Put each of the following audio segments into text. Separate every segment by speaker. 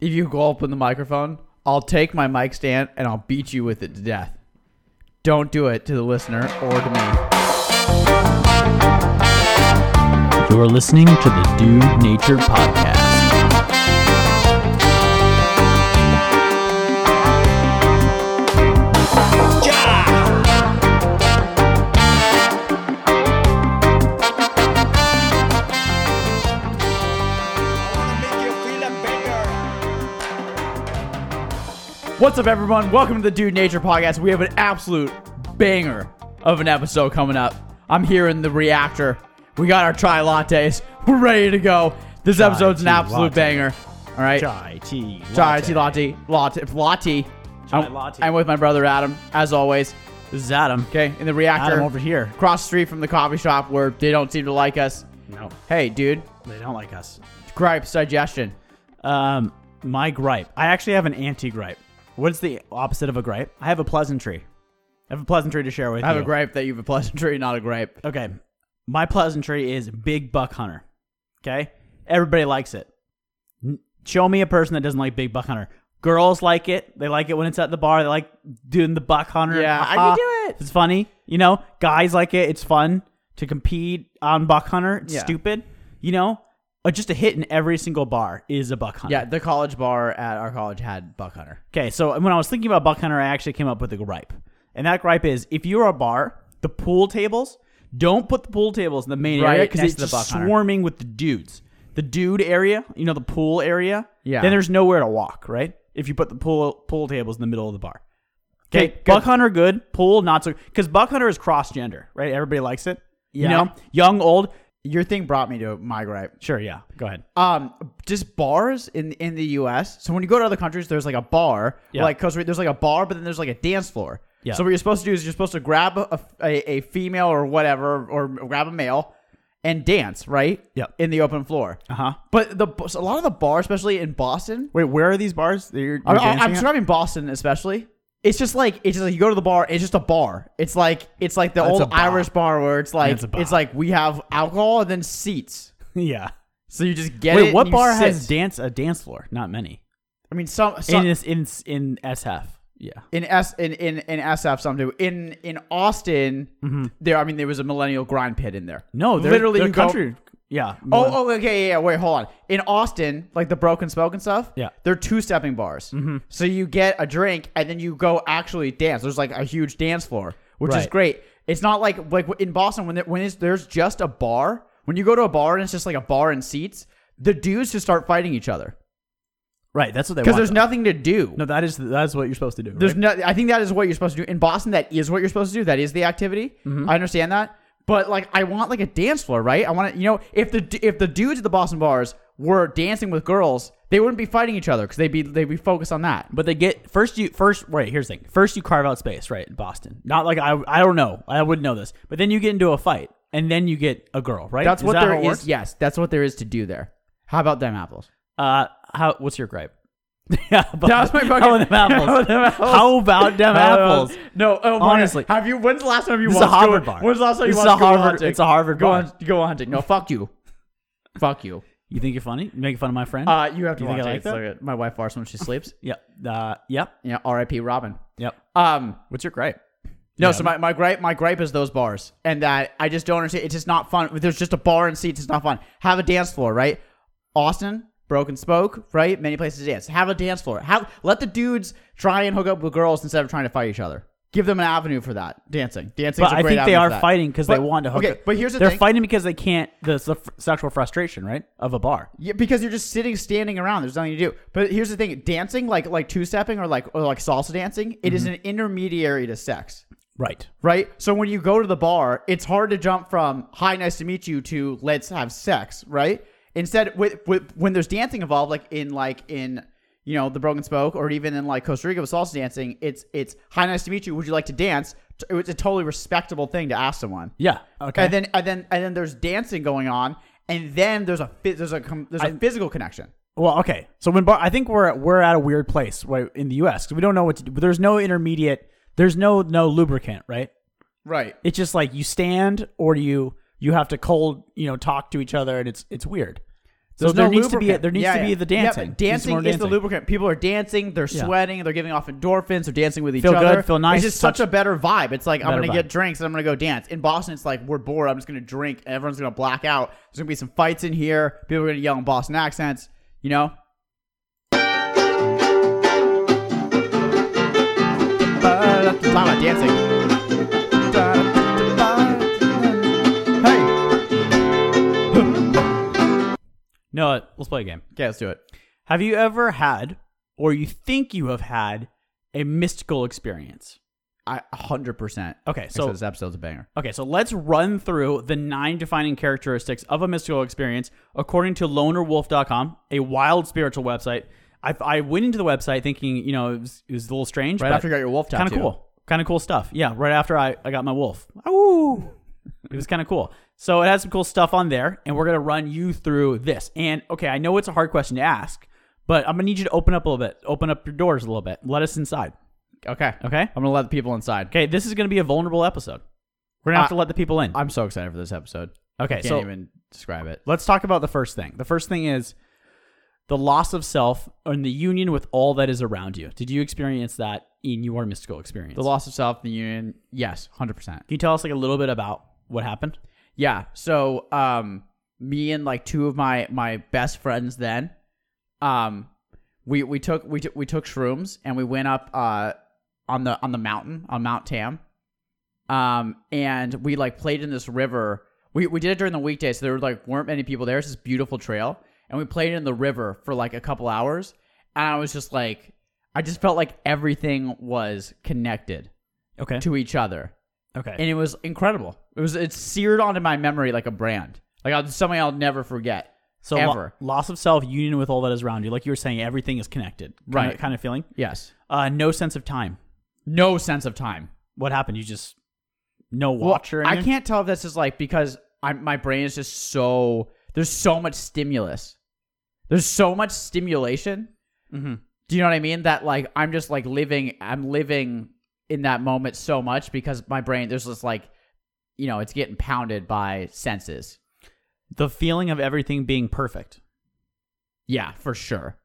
Speaker 1: if you go up in the microphone, I'll take my mic stand and I'll beat you with it to death. Don't do it to the listener or to me.
Speaker 2: You're listening to the Dude Nature Podcast.
Speaker 3: make you feel better.
Speaker 1: What's up, everyone? Welcome to the Dude Nature Podcast. We have an absolute banger of an episode coming up. I'm here in the reactor. We got our chai lattes. We're ready to go. This episode's an
Speaker 4: tea
Speaker 1: absolute
Speaker 4: latte.
Speaker 1: banger. All right.
Speaker 4: Chai tea.
Speaker 1: Chai tea latte. Latte. Latte. I'm,
Speaker 4: latte.
Speaker 1: I'm with my brother Adam, as always.
Speaker 4: This is Adam.
Speaker 1: Okay, in the reactor.
Speaker 4: Adam over here.
Speaker 1: Across the street from the coffee shop where they don't seem to like us.
Speaker 4: No,
Speaker 1: Hey, dude.
Speaker 4: they don't like us.
Speaker 1: Gripes digestion.
Speaker 4: Um, my gripe. I actually have an anti-gripe. What's the opposite of a gripe? I have a pleasantry. I have a pleasantry to share with
Speaker 1: I have
Speaker 4: you.
Speaker 1: a gripe that you have a pleasantry, not a gripe.
Speaker 4: Okay, my pleasantry is big buck hunter. Okay, everybody likes it. N- Show me a person that doesn't like big buck hunter. Girls like it. They like it when it's at the bar. They like doing the buck hunter.
Speaker 1: Yeah, I can
Speaker 4: Ha-ha.
Speaker 1: do it.
Speaker 4: It's funny. You know, guys like it. It's fun to compete on buck hunter. It's
Speaker 1: Yeah.
Speaker 4: stupid. You know, Uh, just a hit in every single bar is a buck hunter.
Speaker 1: Yeah, the college bar at our college had Buck Hunter.
Speaker 4: Okay, so when I was thinking about Buck Hunter, I actually came up with a gripe. And that gripe is if you're a bar, the pool tables, don't put the pool tables in the main
Speaker 1: Right
Speaker 4: area because
Speaker 1: next
Speaker 4: it's
Speaker 1: to the
Speaker 4: just
Speaker 1: Buck Hunter.
Speaker 4: swarming with the dudes. The dude area, you know, the pool area.
Speaker 1: Yeah.
Speaker 4: Then there's nowhere to walk, right? If you put the pool pool tables in the middle of the bar. Okay,
Speaker 1: Okay, good.
Speaker 4: Buck Hunter good, pool not so because Buck Hunter is cross gender, right? Everybody likes it. You
Speaker 1: Yeah.
Speaker 4: know, young, old.
Speaker 1: Your thing brought me to my gripe.
Speaker 4: Sure, yeah. Go ahead.
Speaker 1: Um, just bars in in the U.S. So when you go to other countries, there's like a bar,
Speaker 4: Yeah.
Speaker 1: like Costa Rica, there's like a bar, but then there's like a dance floor.
Speaker 4: Yeah.
Speaker 1: So what you're supposed to do is you're supposed to grab a, a, a female or whatever, or grab a male, and dance right.
Speaker 4: Yep.
Speaker 1: In the open floor.
Speaker 4: Uh huh.
Speaker 1: But the so a lot of the bars, especially in Boston,
Speaker 4: Wait, where are these bars? that You're, you're
Speaker 1: I- I,
Speaker 4: dancing
Speaker 1: I'm
Speaker 4: at?
Speaker 1: surrounding Boston especially. It's just like it's just like you go to the bar. It's just a bar. It's like it's like the
Speaker 4: It's a
Speaker 1: old
Speaker 4: bar.
Speaker 1: Irish bar where it's like
Speaker 4: It's a
Speaker 1: it's,
Speaker 4: bar.
Speaker 1: like we have alcohol and then seats.
Speaker 4: yeah.
Speaker 1: So you just get it.
Speaker 4: Wait,
Speaker 1: and
Speaker 4: what
Speaker 1: you
Speaker 4: bar
Speaker 1: sit.
Speaker 4: has dance a dance floor? Not many.
Speaker 1: I mean, some, some
Speaker 4: in, this, in in SF. Yeah.
Speaker 1: in S in, in in SF some do in in Austin. There, I mean, there was a millennial grind pit in there.
Speaker 4: Mm-hmm. No, they're,
Speaker 1: literally
Speaker 4: they're
Speaker 1: you go-
Speaker 4: country. yeah.
Speaker 1: Oh, oh, okay, yeah, yeah. Wait, hold on. In Austin, like the broken spoke and stuff,
Speaker 4: Yeah.
Speaker 1: they're two stepping bars. Mm-hmm. So you get a drink and then you go actually dance. There's like a huge dance floor, which is
Speaker 4: Right.
Speaker 1: great. It's not like like in Boston when there, when it's, there's just a bar. When you go to a bar and it's just like a bar and seats, the dudes just start fighting each other
Speaker 4: right. That's what they.
Speaker 1: because
Speaker 4: want,
Speaker 1: there's
Speaker 4: though.
Speaker 1: nothing to do.
Speaker 4: No, that is that is what you're supposed to do.
Speaker 1: There's
Speaker 4: right?
Speaker 1: no. I think that is what you're supposed to do in Boston. That is what you're supposed to do. That is the activity.
Speaker 4: Mm-hmm.
Speaker 1: I understand that, but like, I want like a dance floor, right? I want to, you know, if the if the dudes at the Boston bars were dancing with girls, they wouldn't be fighting each other because they'd be they'd be focused on that.
Speaker 4: but they get first. You first. Wait, here's the thing. First, you carve out space, right? In Boston. Not like I. I don't know. I wouldn't know this. But then you get into a fight, and then you get a girl, right?
Speaker 1: That's
Speaker 4: Is
Speaker 1: what
Speaker 4: that
Speaker 1: there
Speaker 4: how
Speaker 1: is.
Speaker 4: it works?
Speaker 1: Yes, that's what there is to do there. How about them apples?
Speaker 4: Uh, how? What's your gripe? yeah, but,
Speaker 1: That was my fucking-
Speaker 4: how about them
Speaker 1: How about
Speaker 4: apples?
Speaker 1: them apples?
Speaker 4: How about them apples?
Speaker 1: No, oh, my-
Speaker 4: Honestly.
Speaker 1: have you? When's the last time you
Speaker 4: This is
Speaker 1: watched
Speaker 4: a Harvard
Speaker 1: go,
Speaker 4: bar.
Speaker 1: When's the last time you
Speaker 4: This is
Speaker 1: watched
Speaker 4: a
Speaker 1: Go
Speaker 4: Harvard-
Speaker 1: Hunting?
Speaker 4: it's a Harvard
Speaker 1: go
Speaker 4: bar.
Speaker 1: On, go hunting. No, fuck you, fuck you.
Speaker 4: You think you're funny? You making fun of my friend?
Speaker 1: Uh, you have to
Speaker 4: You
Speaker 1: watch
Speaker 4: think I
Speaker 1: it.
Speaker 4: like
Speaker 1: It's
Speaker 4: that?
Speaker 1: so good. My wife farts when she sleeps.
Speaker 4: yep. Uh, yep.
Speaker 1: Yeah, R.I.P. Robin.
Speaker 4: Yep.
Speaker 1: Um,
Speaker 4: What's your gripe?
Speaker 1: no,
Speaker 4: Yeah.
Speaker 1: so my, my gripe my gripe is those bars, and that I just don't understand. It's just not fun. There's just a bar and seats. It's not fun. Have a dance floor, right? Austin, Broken Spoke, right? Many places to dance. Have a dance floor. How let the dudes try and hook up with girls instead of trying to fight each other. Give them an avenue for that dancing. Dancing.
Speaker 4: But
Speaker 1: is a
Speaker 4: I
Speaker 1: great
Speaker 4: think they
Speaker 1: avenue
Speaker 4: are
Speaker 1: for that.
Speaker 4: fighting because they
Speaker 1: But-
Speaker 4: want to hook
Speaker 1: okay,
Speaker 4: up.
Speaker 1: but here's the
Speaker 4: they're
Speaker 1: thing.
Speaker 4: fighting because they can't the, the f- sexual frustration, right? Of a bar.
Speaker 1: Yeah, because you're just sitting, standing around. There's nothing to do. But here's the thing: dancing, like like two stepping or like or like salsa dancing, it
Speaker 4: Mm-hmm.
Speaker 1: is an intermediary to sex.
Speaker 4: Right.
Speaker 1: right? So when you go to the bar, it's hard to jump from "Hi, nice to meet you" to "Let's have sex," right? Instead, with, with when there's dancing involved, like in like in you know the Broken Spoke, or even in like Costa Rica with salsa dancing, it's it's "Hi, nice to meet you. Would you like to dance?" T- It's a totally respectable thing to ask someone.
Speaker 4: Yeah. Okay.
Speaker 1: And then and then and then there's dancing going on, and then there's a phys- there's a com- there's a physical connection.
Speaker 4: well, okay. So when bar, I think we're we're at a weird place right, in the U.S. because we don't know what to do. There's no intermediate. There's no no lubricant, right?
Speaker 1: Right.
Speaker 4: It's just like you stand or you you have to cold you know talk to each other and it's it's weird.
Speaker 1: There's
Speaker 4: so there
Speaker 1: no
Speaker 4: needs to be a,
Speaker 1: lubricant.
Speaker 4: there needs
Speaker 1: Yeah,
Speaker 4: to be
Speaker 1: yeah.
Speaker 4: the
Speaker 1: Yeah, but
Speaker 4: dancing. Needs to be
Speaker 1: dancing
Speaker 4: more
Speaker 1: is the
Speaker 4: dancing.
Speaker 1: lubricant. People are dancing. They're
Speaker 4: Yeah.
Speaker 1: sweating. They're giving off endorphins. They're dancing with each
Speaker 4: Feel good,
Speaker 1: other.
Speaker 4: feel nice,
Speaker 1: It's just such
Speaker 4: touch-
Speaker 1: a better vibe. It's like I'm
Speaker 4: Better
Speaker 1: gonna
Speaker 4: vibe.
Speaker 1: get drinks and I'm gonna go dance. In Boston, it's like we're bored. I'm just gonna drink. Everyone's gonna black out. There's gonna be some fights in here. People are gonna yell in Boston accents. You know. Talk about dancing. Hey.
Speaker 4: No, uh, let's play a game.
Speaker 1: Okay, let's do it.
Speaker 4: Have you ever had, or you think you have had, a mystical experience?
Speaker 1: I hundred percent.
Speaker 4: Okay,
Speaker 1: So
Speaker 4: so
Speaker 1: this episode's a banger.
Speaker 4: okay, so let's run through the nine defining characteristics of a mystical experience according to lonerwolf.com, a wild spiritual website. I, I went into the website thinking, you know, it was, it was a little strange.
Speaker 1: Right
Speaker 4: but
Speaker 1: after you got your wolf tattoo.
Speaker 4: Kind of cool. Kind of cool stuff. Yeah, right after I, I got my wolf. Ooh. it was kind of cool. So it has some cool stuff on there, and we're going to run you through this. And okay, I know it's a hard question to ask, but I'm going to need you to open up a little bit. Open up your doors a little bit. Let us inside.
Speaker 1: Okay.
Speaker 4: Okay?
Speaker 1: I'm gonna let the people inside.
Speaker 4: Okay, this is going to be a vulnerable episode. We're going to have
Speaker 1: I-
Speaker 4: to let the people in.
Speaker 1: I'm so excited for this episode.
Speaker 4: okay,
Speaker 1: Can't
Speaker 4: so
Speaker 1: even describe it.
Speaker 4: let's talk about the first thing. The first thing is the loss of self and the union with all that is around you. Did you experience that in your mystical experience?
Speaker 1: The loss of self, the union. Yes, hundred percent.
Speaker 4: Can you tell us like a little bit about what happened?
Speaker 1: Yeah. So, um, me and like two of my my best friends then, um, we we took we took we took shrooms and we went up uh on the on the mountain on Mount Tam, um, and we like played in this river. We we did it during the weekday, so there like weren't many people there. It's this beautiful trail, and we played in the river for like a couple hours. And I was just like, I just felt like everything was connected
Speaker 4: Okay.
Speaker 1: to each other
Speaker 4: okay.
Speaker 1: and it was incredible. It was it's seared onto my memory like a brand, like I'll, something I'll never forget.
Speaker 4: so lo-
Speaker 1: ever.
Speaker 4: loss of self, union with all that is around you. Like you were saying, everything is connected. Kind
Speaker 1: Right.
Speaker 4: Of, kind of feeling.
Speaker 1: Yes,
Speaker 4: Uh, no sense of time.
Speaker 1: no sense of time. What
Speaker 4: Happened. You just no
Speaker 1: Well,
Speaker 4: watch or anything.
Speaker 1: I can't tell if this is like because I'm, my brain is just so there's so much stimulus, there's so much stimulation.
Speaker 4: Mhm.
Speaker 1: Do you know what I mean? That like I'm just like living, I'm living in that moment so much because my brain there's this like, you know, it's getting pounded by senses.
Speaker 4: The feeling of everything being perfect.
Speaker 1: Yeah, for sure.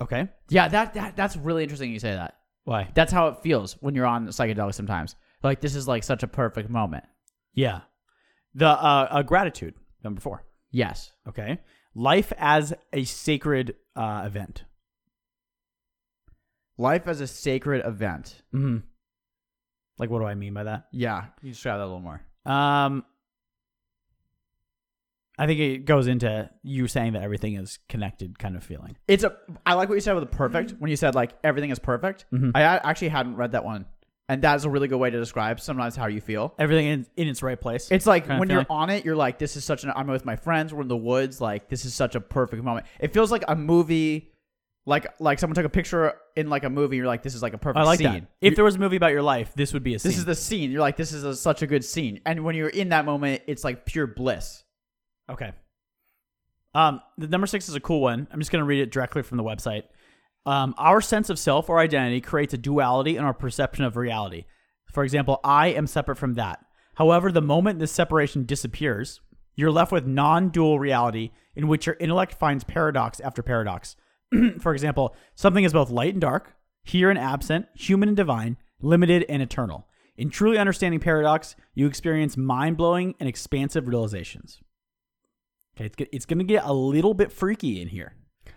Speaker 4: Okay.
Speaker 1: Yeah, that, that that's really interesting. You say that.
Speaker 4: Why?
Speaker 1: That's how it feels when you're on psychedelics sometimes. Like this is like such a perfect moment.
Speaker 4: Yeah. The uh, uh, gratitude number four.
Speaker 1: Yes.
Speaker 4: Okay. Life as a sacred uh, event.
Speaker 1: Life as a sacred event.
Speaker 4: Mm-hmm. Like what do I mean by that?
Speaker 1: Yeah. You describe that a little more.
Speaker 4: Um, I think it goes into you saying that everything is connected, kind of feeling.
Speaker 1: It's a I like what you said with the perfect when you said like everything is perfect.
Speaker 4: Mhm.
Speaker 1: I a- actually hadn't read that one. And that is a really good way to describe sometimes how you feel.
Speaker 4: Everything in, in its right place.
Speaker 1: It's like
Speaker 4: Kinda
Speaker 1: when you're
Speaker 4: feeling.
Speaker 1: on it, you're like, this is such an I'm with my friends, we're in the woods, like this is such a perfect moment. It feels like a movie like like someone took a picture in like a movie, you're like, this is like a perfect
Speaker 4: I like
Speaker 1: scene.
Speaker 4: that. If there was a movie about your life, this would be a scene.
Speaker 1: this is the scene. You're like, this is a, such a good scene. And when you're in that moment, it's like pure bliss.
Speaker 4: okay. Um, the number six is a cool one. I'm just gonna read it directly from the website. Um, our sense of self or identity creates a duality in our perception of reality. For example, I am separate from that. However, the moment this separation disappears, you're left with non dual reality in which your intellect finds paradox after paradox. For example, something is both light and dark, here and absent, human and divine, limited and eternal. In truly understanding paradox, you experience mind blowing and expansive realizations. Okay, it's, go- it's going to get a little bit freaky in here.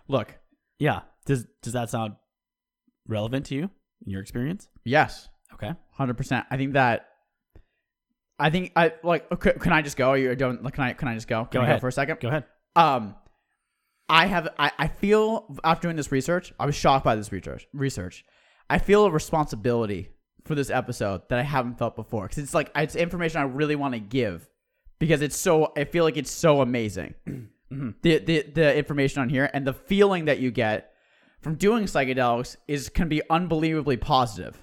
Speaker 1: Look,
Speaker 4: Yeah. Does does that sound relevant to you in your experience?
Speaker 1: yes,
Speaker 4: Okay.
Speaker 1: hundred percent. I think that. I think I like. Okay, can I just go? Are you don't. Can I? Can I just go? Can
Speaker 4: Go
Speaker 1: I
Speaker 4: ahead.
Speaker 1: go for a second?
Speaker 4: Go ahead.
Speaker 1: Um, I have. I, I feel after doing this research, I was shocked by this research. Research. I feel a responsibility for this episode that I haven't felt before because it's like it's information I really want to give because it's so. I feel like it's so amazing. Mm-hmm. the, the the information on here and the feeling that you get from doing psychedelics is can be unbelievably positive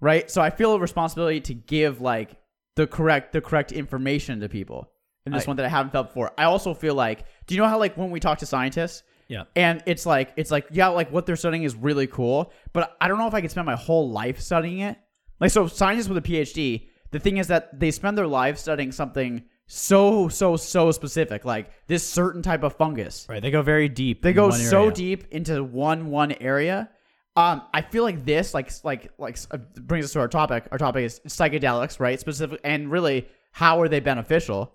Speaker 1: right? So I feel a responsibility to give like the correct the correct information to people. And this
Speaker 4: I-
Speaker 1: one that I haven't felt before. I also feel like, do you know how like when we talk to scientists,
Speaker 4: Yeah.
Speaker 1: and it's like it's like yeah, like what they're studying is really cool, but I don't know if I could spend my whole life studying it. Like so, scientists with a PhD, the thing is that they spend their life studying something so so so specific, like this certain type of fungus.
Speaker 4: Right. They go very deep.
Speaker 1: They
Speaker 4: in
Speaker 1: go
Speaker 4: one
Speaker 1: so
Speaker 4: area.
Speaker 1: deep into one one area. Um, I feel like this, like like like, uh, brings us to our topic. Our topic is psychedelics, right? Specific and really, how are they beneficial?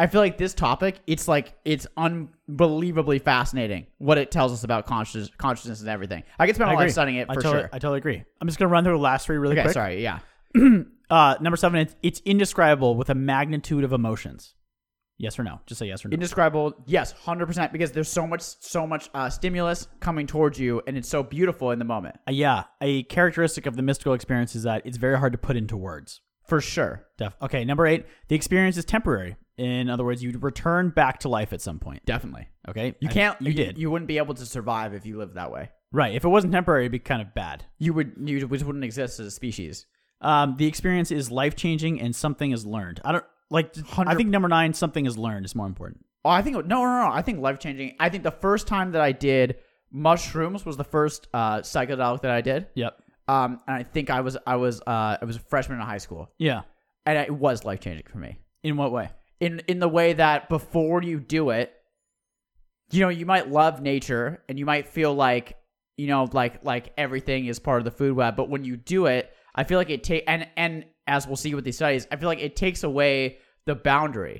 Speaker 1: I feel like this topic, it's like it's unbelievably fascinating what it tells us about conscious consciousness and everything. I could spend my
Speaker 4: I agree.
Speaker 1: life studying it for
Speaker 4: I totally,
Speaker 1: sure.
Speaker 4: I totally agree. I'm just gonna run through the last three really
Speaker 1: okay,
Speaker 4: quick.
Speaker 1: sorry, yeah.
Speaker 4: Uh, number seven. It's, it's indescribable with a magnitude of emotions. Yes or no? Just say yes or no.
Speaker 1: indescribable yes 100% because there's so much so much uh, stimulus coming towards you and it's so beautiful in the moment
Speaker 4: Uh, yeah. A characteristic of the mystical experience is that it's very hard to put into words.
Speaker 1: for sure
Speaker 4: Def- okay. Number eight. The experience is temporary. In other words, you return back to life at some point.
Speaker 1: definitely
Speaker 4: Okay.
Speaker 1: you
Speaker 4: I-
Speaker 1: can't
Speaker 4: you, did.
Speaker 1: you wouldn't be able to survive if you lived that way
Speaker 4: right. If it wasn't temporary, it'd be kind of bad.
Speaker 1: you would you just wouldn't exist as a species
Speaker 4: Um, the experience is life changing and something is learned. I don't like. I
Speaker 1: Hundred-
Speaker 4: think number nine, something is learned, is more important.
Speaker 1: oh i think no no no i think life changing i think the first time that i did mushrooms was the first uh, psychedelic that i did
Speaker 4: Yep.
Speaker 1: um, and i think i was i was uh, i was a freshman in high school
Speaker 4: Yeah.
Speaker 1: and it was life changing for me
Speaker 4: In what way?
Speaker 1: in in the way that before you do it you know you might love nature and you might feel like you know like like everything is part of the food web but when you do it i feel like it take and and as we'll see with these studies i feel like it takes away the boundary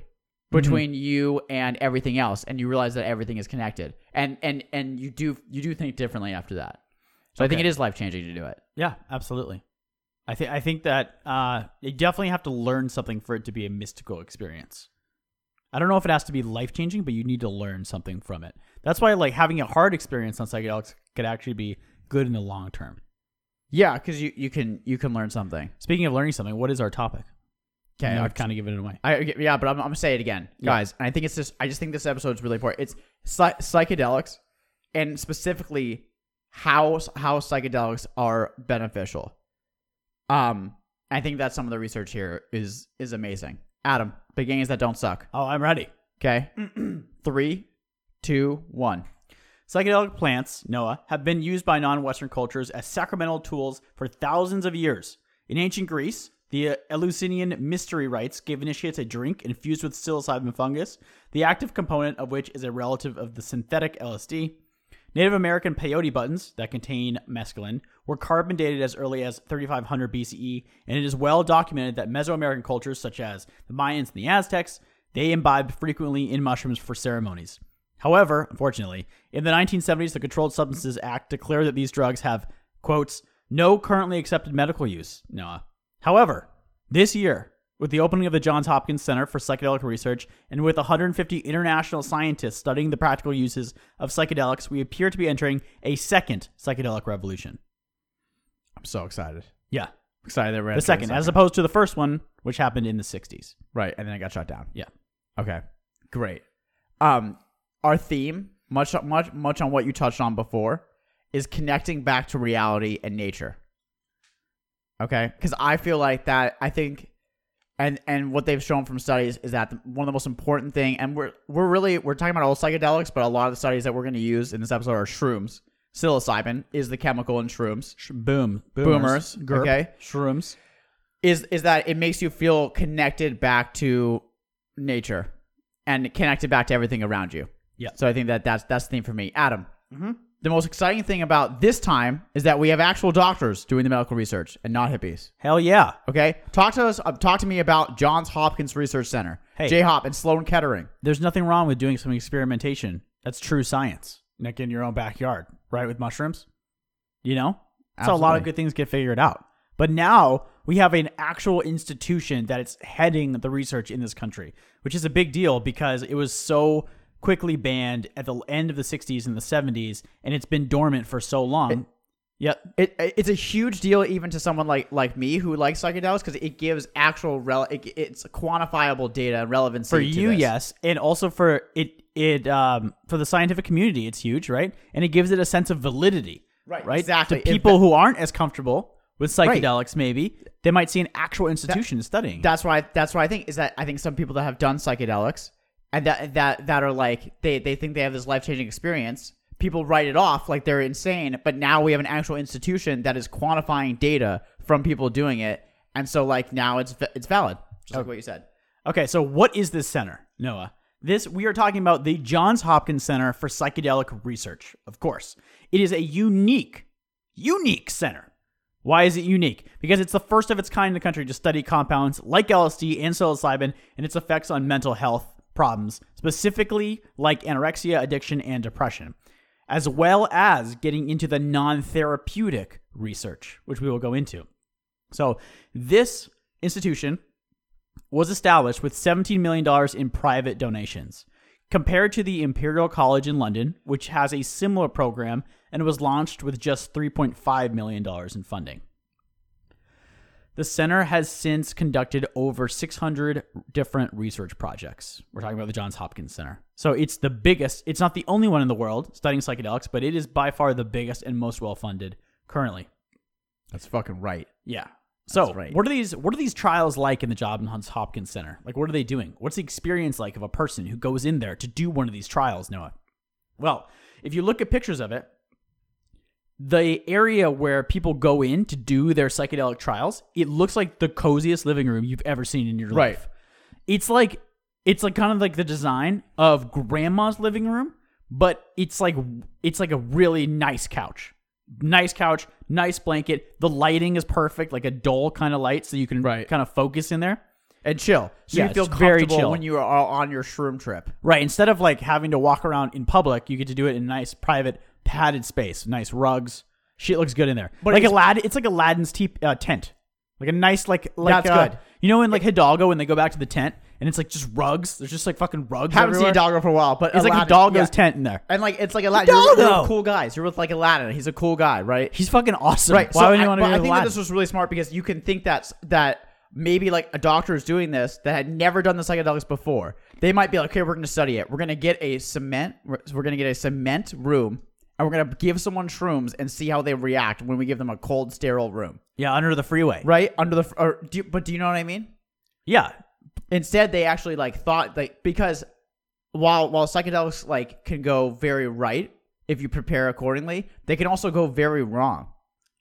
Speaker 1: between you and everything else and you realize that everything is connected and and and you do you do think differently after that so i think
Speaker 4: Okay.
Speaker 1: it is life changing to do it
Speaker 4: Yeah, absolutely. I think I think that uh, you definitely have to learn something for it to be a mystical experience. I don't know if it has to be life changing, but you need to learn something from it. That's why like having a hard experience on psychedelics could actually be good in the long term.
Speaker 1: yeah because you you can you can learn something
Speaker 4: Speaking of learning something, what is our topic?
Speaker 1: okay
Speaker 4: Now
Speaker 1: I've
Speaker 4: I've kind of given it away.
Speaker 1: I yeah, but I'm, I'm gonna say it again, guys. And I think it's just I just think this episode is really important. It's psy- psychedelics, and specifically how how psychedelics are beneficial. Um, I think that some of the research here is is amazing. Adam, beginnings that don't suck.
Speaker 4: Oh, I'm ready.
Speaker 1: Okay, three, two, one.
Speaker 4: Psychedelic plants, Noah, have been used by non Western cultures as sacramental tools for thousands of years. In ancient Greece, the uh, Eleusinian mystery rites gave initiates a drink infused with psilocybin fungus, the active component of which is a relative of the synthetic LSD. Native American peyote buttons that contain mescaline were carbon dated as early as 3500 BCE, E, and it is well documented that Mesoamerican cultures such as the Mayans and the Aztecs, they imbibed frequently in mushrooms for ceremonies. However, unfortunately, in the 1970s, the Controlled Substances Act declared that these drugs have, quotes, no currently accepted medical use, Noah. However, this year, with the opening of the Johns Hopkins Center for Psychedelic Research and with 150 international scientists studying the practical uses of psychedelics, we appear to be entering a second psychedelic revolution.
Speaker 1: I'm so excited.
Speaker 4: Yeah,
Speaker 1: Excited that we're
Speaker 4: the second, as opposed to the first one, which happened in the 60s.
Speaker 1: right, and then I got shot down.
Speaker 4: Yeah.
Speaker 1: Okay. Great. Um, our theme, much much much on what you touched on before, is connecting back to reality and nature. Okay, because I feel like that. I think, and and what they've shown from studies is that the, one of the most important thing, and we're we're really we're talking about all psychedelics, but a lot of the studies that we're going to use in this episode are shrooms. Psilocybin is the chemical in shrooms.
Speaker 4: Sh- boom.
Speaker 1: Boomers,
Speaker 4: Gerp,
Speaker 1: okay.
Speaker 4: Shrooms.
Speaker 1: is is that it makes you feel connected back to nature and connected back to everything around you.
Speaker 4: Yeah. Mm-hmm.
Speaker 1: So I think that that's that's the thing for me, Adam. The most exciting thing about this time is that we have actual doctors doing the medical research and not hippies.
Speaker 4: Hell yeah.
Speaker 1: Okay, talk to us. Uh, talk to me about Johns Hopkins Research Center,
Speaker 4: Hey.
Speaker 1: J Hop, and Sloan Kettering.
Speaker 4: there's nothing wrong with doing some experimentation. That's true science. Like in your own backyard, right? With mushrooms. You know? That's how a lot of
Speaker 1: Absolutely.
Speaker 4: good things get figured out. But now we have an actual institution that it's heading the research in this country, which is a big deal because it was so quickly banned at the end of the 60s and the 70s, and it's been dormant for so long. yep.
Speaker 1: It, it's a huge deal even to someone like like me who likes psychedelics because it gives actual rel- it, it's quantifiable data and relevancy
Speaker 4: for
Speaker 1: to
Speaker 4: you
Speaker 1: this.
Speaker 4: yes and also for it it um for the scientific community it's huge right and it gives it a sense of validity
Speaker 1: Right,
Speaker 4: right
Speaker 1: exactly.
Speaker 4: to people who aren't as comfortable with
Speaker 1: Right.
Speaker 4: psychedelics maybe they might see an actual institution studying
Speaker 1: that's why that's why I think is that I think some people that have done psychedelics and that that that are like they they think they have this life changing experience. People write it off like they're insane, but now we have an actual institution that is
Speaker 4: Oh.
Speaker 1: quantifying data from people doing it, and so like now it's it's valid, just like what you said.
Speaker 4: Okay, so what is this center, Noah? This we are talking about the Johns Hopkins Center for Psychedelic Research. Of course, it is a unique, unique center. Why is it unique? Because it's the first of its kind in the country to study compounds like LSD and psilocybin and its effects on mental health problems, specifically like anorexia, addiction, and depression, as well as getting into the non-therapeutic research, which we will go into. So, this institution was established with $17 million in private donations. Compared to the Imperial College in London, which has a similar program and was launched with just $3.5 million in funding. The center has since conducted over 600 different research projects. We're talking about the Johns Hopkins Center. So it's the biggest, it's not the only one in the world studying psychedelics, but it is by far the biggest and most well funded currently.
Speaker 1: That's fucking right.
Speaker 4: Yeah. So,
Speaker 1: right.
Speaker 4: what are these? What are these trials like in the Job and Hunts Hopkins Center? Like, what are they doing? What's the experience like of a person who goes in there to do one of these trials, Noah? Well, if you look at pictures of it, the area where people go in to do their psychedelic trials, it looks like the coziest living room you've ever seen in your
Speaker 1: Right.
Speaker 4: life. It's like it's like kind of like the design of grandma's living room, but it's like it's like a really nice couch. Nice couch, nice blanket. The lighting is perfect, like a dull kind of light, so you can
Speaker 1: Right.
Speaker 4: kind of focus in there.
Speaker 1: And chill. So
Speaker 4: Yeah,
Speaker 1: you feel
Speaker 4: it's very
Speaker 1: comfortable
Speaker 4: chill.
Speaker 1: when you are on your shroom trip.
Speaker 4: Right. Instead of like having to walk around in public, you get to do it in a nice private padded space, nice rugs. Shit looks good in there.
Speaker 1: But
Speaker 4: like
Speaker 1: it's-
Speaker 4: Aladdin, it's like Aladdin's te- uh, tent, like a nice like like
Speaker 1: That's
Speaker 4: uh,
Speaker 1: good.
Speaker 4: You know, in like Hidalgo when they go back to the tent and it's like just rugs. There's just like fucking rugs.
Speaker 1: Haven't seen
Speaker 4: everywhere.
Speaker 1: a doggo for a while, but
Speaker 4: It's like
Speaker 1: Aladdin-
Speaker 4: Hidalgo's
Speaker 1: yeah.
Speaker 4: tent in there.
Speaker 1: And like it's like Aladdin. You're,
Speaker 4: Hidalgo!
Speaker 1: you're with cool guys. You're with like Aladdin. He's a cool guy, right?
Speaker 4: He's fucking awesome.
Speaker 1: Right.
Speaker 4: Why
Speaker 1: so
Speaker 4: would
Speaker 1: I,
Speaker 4: you want to
Speaker 1: but
Speaker 4: be
Speaker 1: I think that
Speaker 4: Aladdin?
Speaker 1: this was really smart because you can think that's that maybe like a doctor is doing this that had never done the psychedelics before. They might be like, okay, we're going to study it. We're going to get a cement. We're, we're going to get a cement room, and we're going to give someone shrooms and see how they react when we give them a cold, sterile room,
Speaker 4: yeah, under the freeway.
Speaker 1: right under the. fr- Or do you, but do you know what I mean?
Speaker 4: Yeah.
Speaker 1: instead they actually like thought like because while while psychedelics like can go very right if you prepare accordingly they can also go very wrong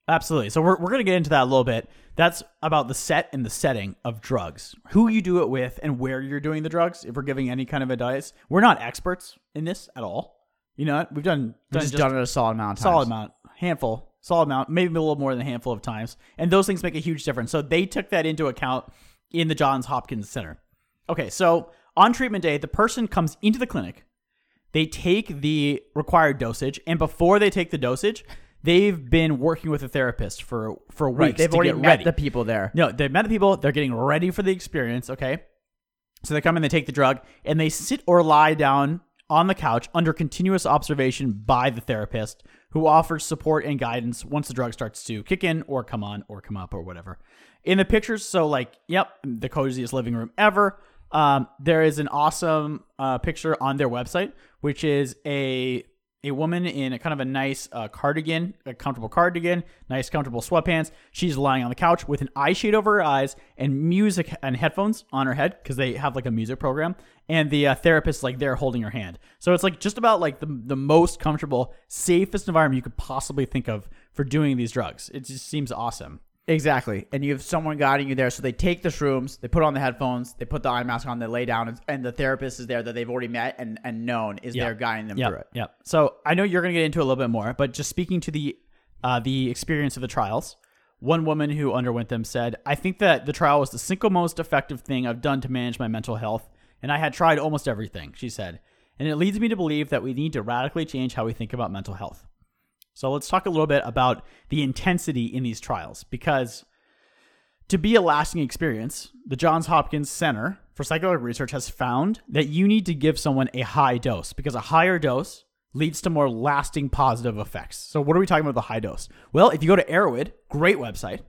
Speaker 4: Absolutely. So we're, we're going to get into that a little bit. That's about the set and the setting of drugs, who you do it with, and where you're doing the drugs. If we're giving any kind of advice, we're not experts in this at all. You know, what? we've done,
Speaker 1: We've
Speaker 4: done
Speaker 1: just,
Speaker 4: just
Speaker 1: done it a solid amount of times.
Speaker 4: solid amount, handful, solid amount, maybe a little more than a handful of times, and those things make a huge difference. So they took that into account in the Johns Hopkins Center. Okay, so on treatment day, the person comes into the clinic they take the required dosage and before they take the dosage they've been working with a therapist for for weeks
Speaker 1: right they've
Speaker 4: to
Speaker 1: already
Speaker 4: get
Speaker 1: met
Speaker 4: ready
Speaker 1: the people there
Speaker 4: no they've met the people they're getting ready for the experience okay so they come in they take the drug and they sit or lie down on the couch under continuous observation by the therapist who offers support and guidance once the drug starts to kick in or come on or come up or whatever in the pictures so like yep the coziest living room ever um, there is an awesome uh, picture on their website which is a a woman in a kind of a nice uh, cardigan, a comfortable cardigan, nice comfortable sweatpants. She's lying on the couch with an eye shade over her eyes and music and headphones on her head because they have like a music program. And the uh, therapist like there holding her hand. So it's like just about like the the most comfortable, safest environment you could possibly think of for doing these drugs. It just seems awesome.
Speaker 1: exactly and you have someone guiding you there so they take the shrooms they put on the headphones they put the eye mask on they lay down and, and the therapist is there that they've already met and, and known is there guiding them
Speaker 4: Yeah,
Speaker 1: through it
Speaker 4: yeah. So I know you're going to get into it a little bit more, but just speaking to the uh, the experience of the trials, one woman who underwent them said, "I think that the trial was the single most effective thing I've done to manage my mental health, and I had tried almost everything." She said, and it leads me to believe that we need to radically change how we think about mental health. So let's talk a little bit about the intensity in these trials because to be a lasting experience, the Johns Hopkins Center for Psychedelic Research has found that you need to give someone a high dose because a higher dose leads to more lasting positive effects. So, what are we talking about with a high dose? Well, if you go to Arrowid, great website.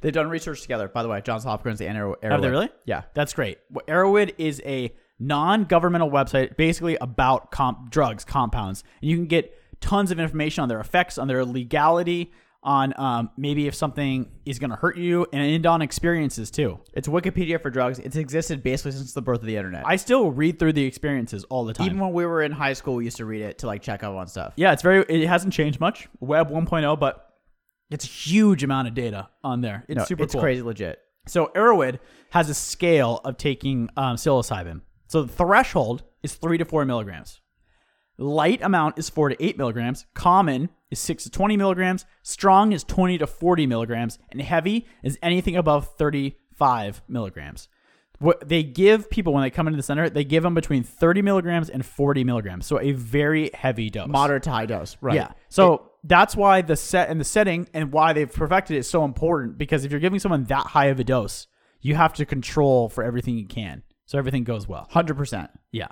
Speaker 1: they've done research together by the way johns hopkins and Arrow-
Speaker 4: Have they
Speaker 1: Arrowhead.
Speaker 4: really?
Speaker 1: yeah
Speaker 4: That's great. Well, Arrowid is a non-governmental website basically about comp- drugs, compounds, and you can get tons of information on their effects, on their legality, on um, maybe if something is going to hurt you, and on experiences too.
Speaker 1: it's wikipedia for drugs it's existed basically since the birth of the internet
Speaker 4: I still read through the experiences all the time.
Speaker 1: Even when we were in high school, we used to read it to like check up on stuff.
Speaker 4: yeah, it's very. It hasn't changed much. oh, Web 1.0, but it's a huge amount of data on there. It's
Speaker 1: No,
Speaker 4: super.
Speaker 1: it's
Speaker 4: cool.
Speaker 1: crazy legit.
Speaker 4: So Arrowhead has a scale of taking um, psilocybin. So the threshold is three to four milligrams. Light amount is four to eight milligrams. Common is six to twenty milligrams. Strong is twenty to forty milligrams, and heavy is anything above thirty-five milligrams. What they give people when they come into the center, they give them between thirty milligrams and forty milligrams. So a very heavy dose.
Speaker 1: Moderate to high dose, right?
Speaker 4: Yeah. So that's why the set and the setting and why they've perfected it is so important because if you're giving someone that high of a dose, you have to control for everything you can. So everything goes well.
Speaker 1: hundred percent.
Speaker 4: Yeah.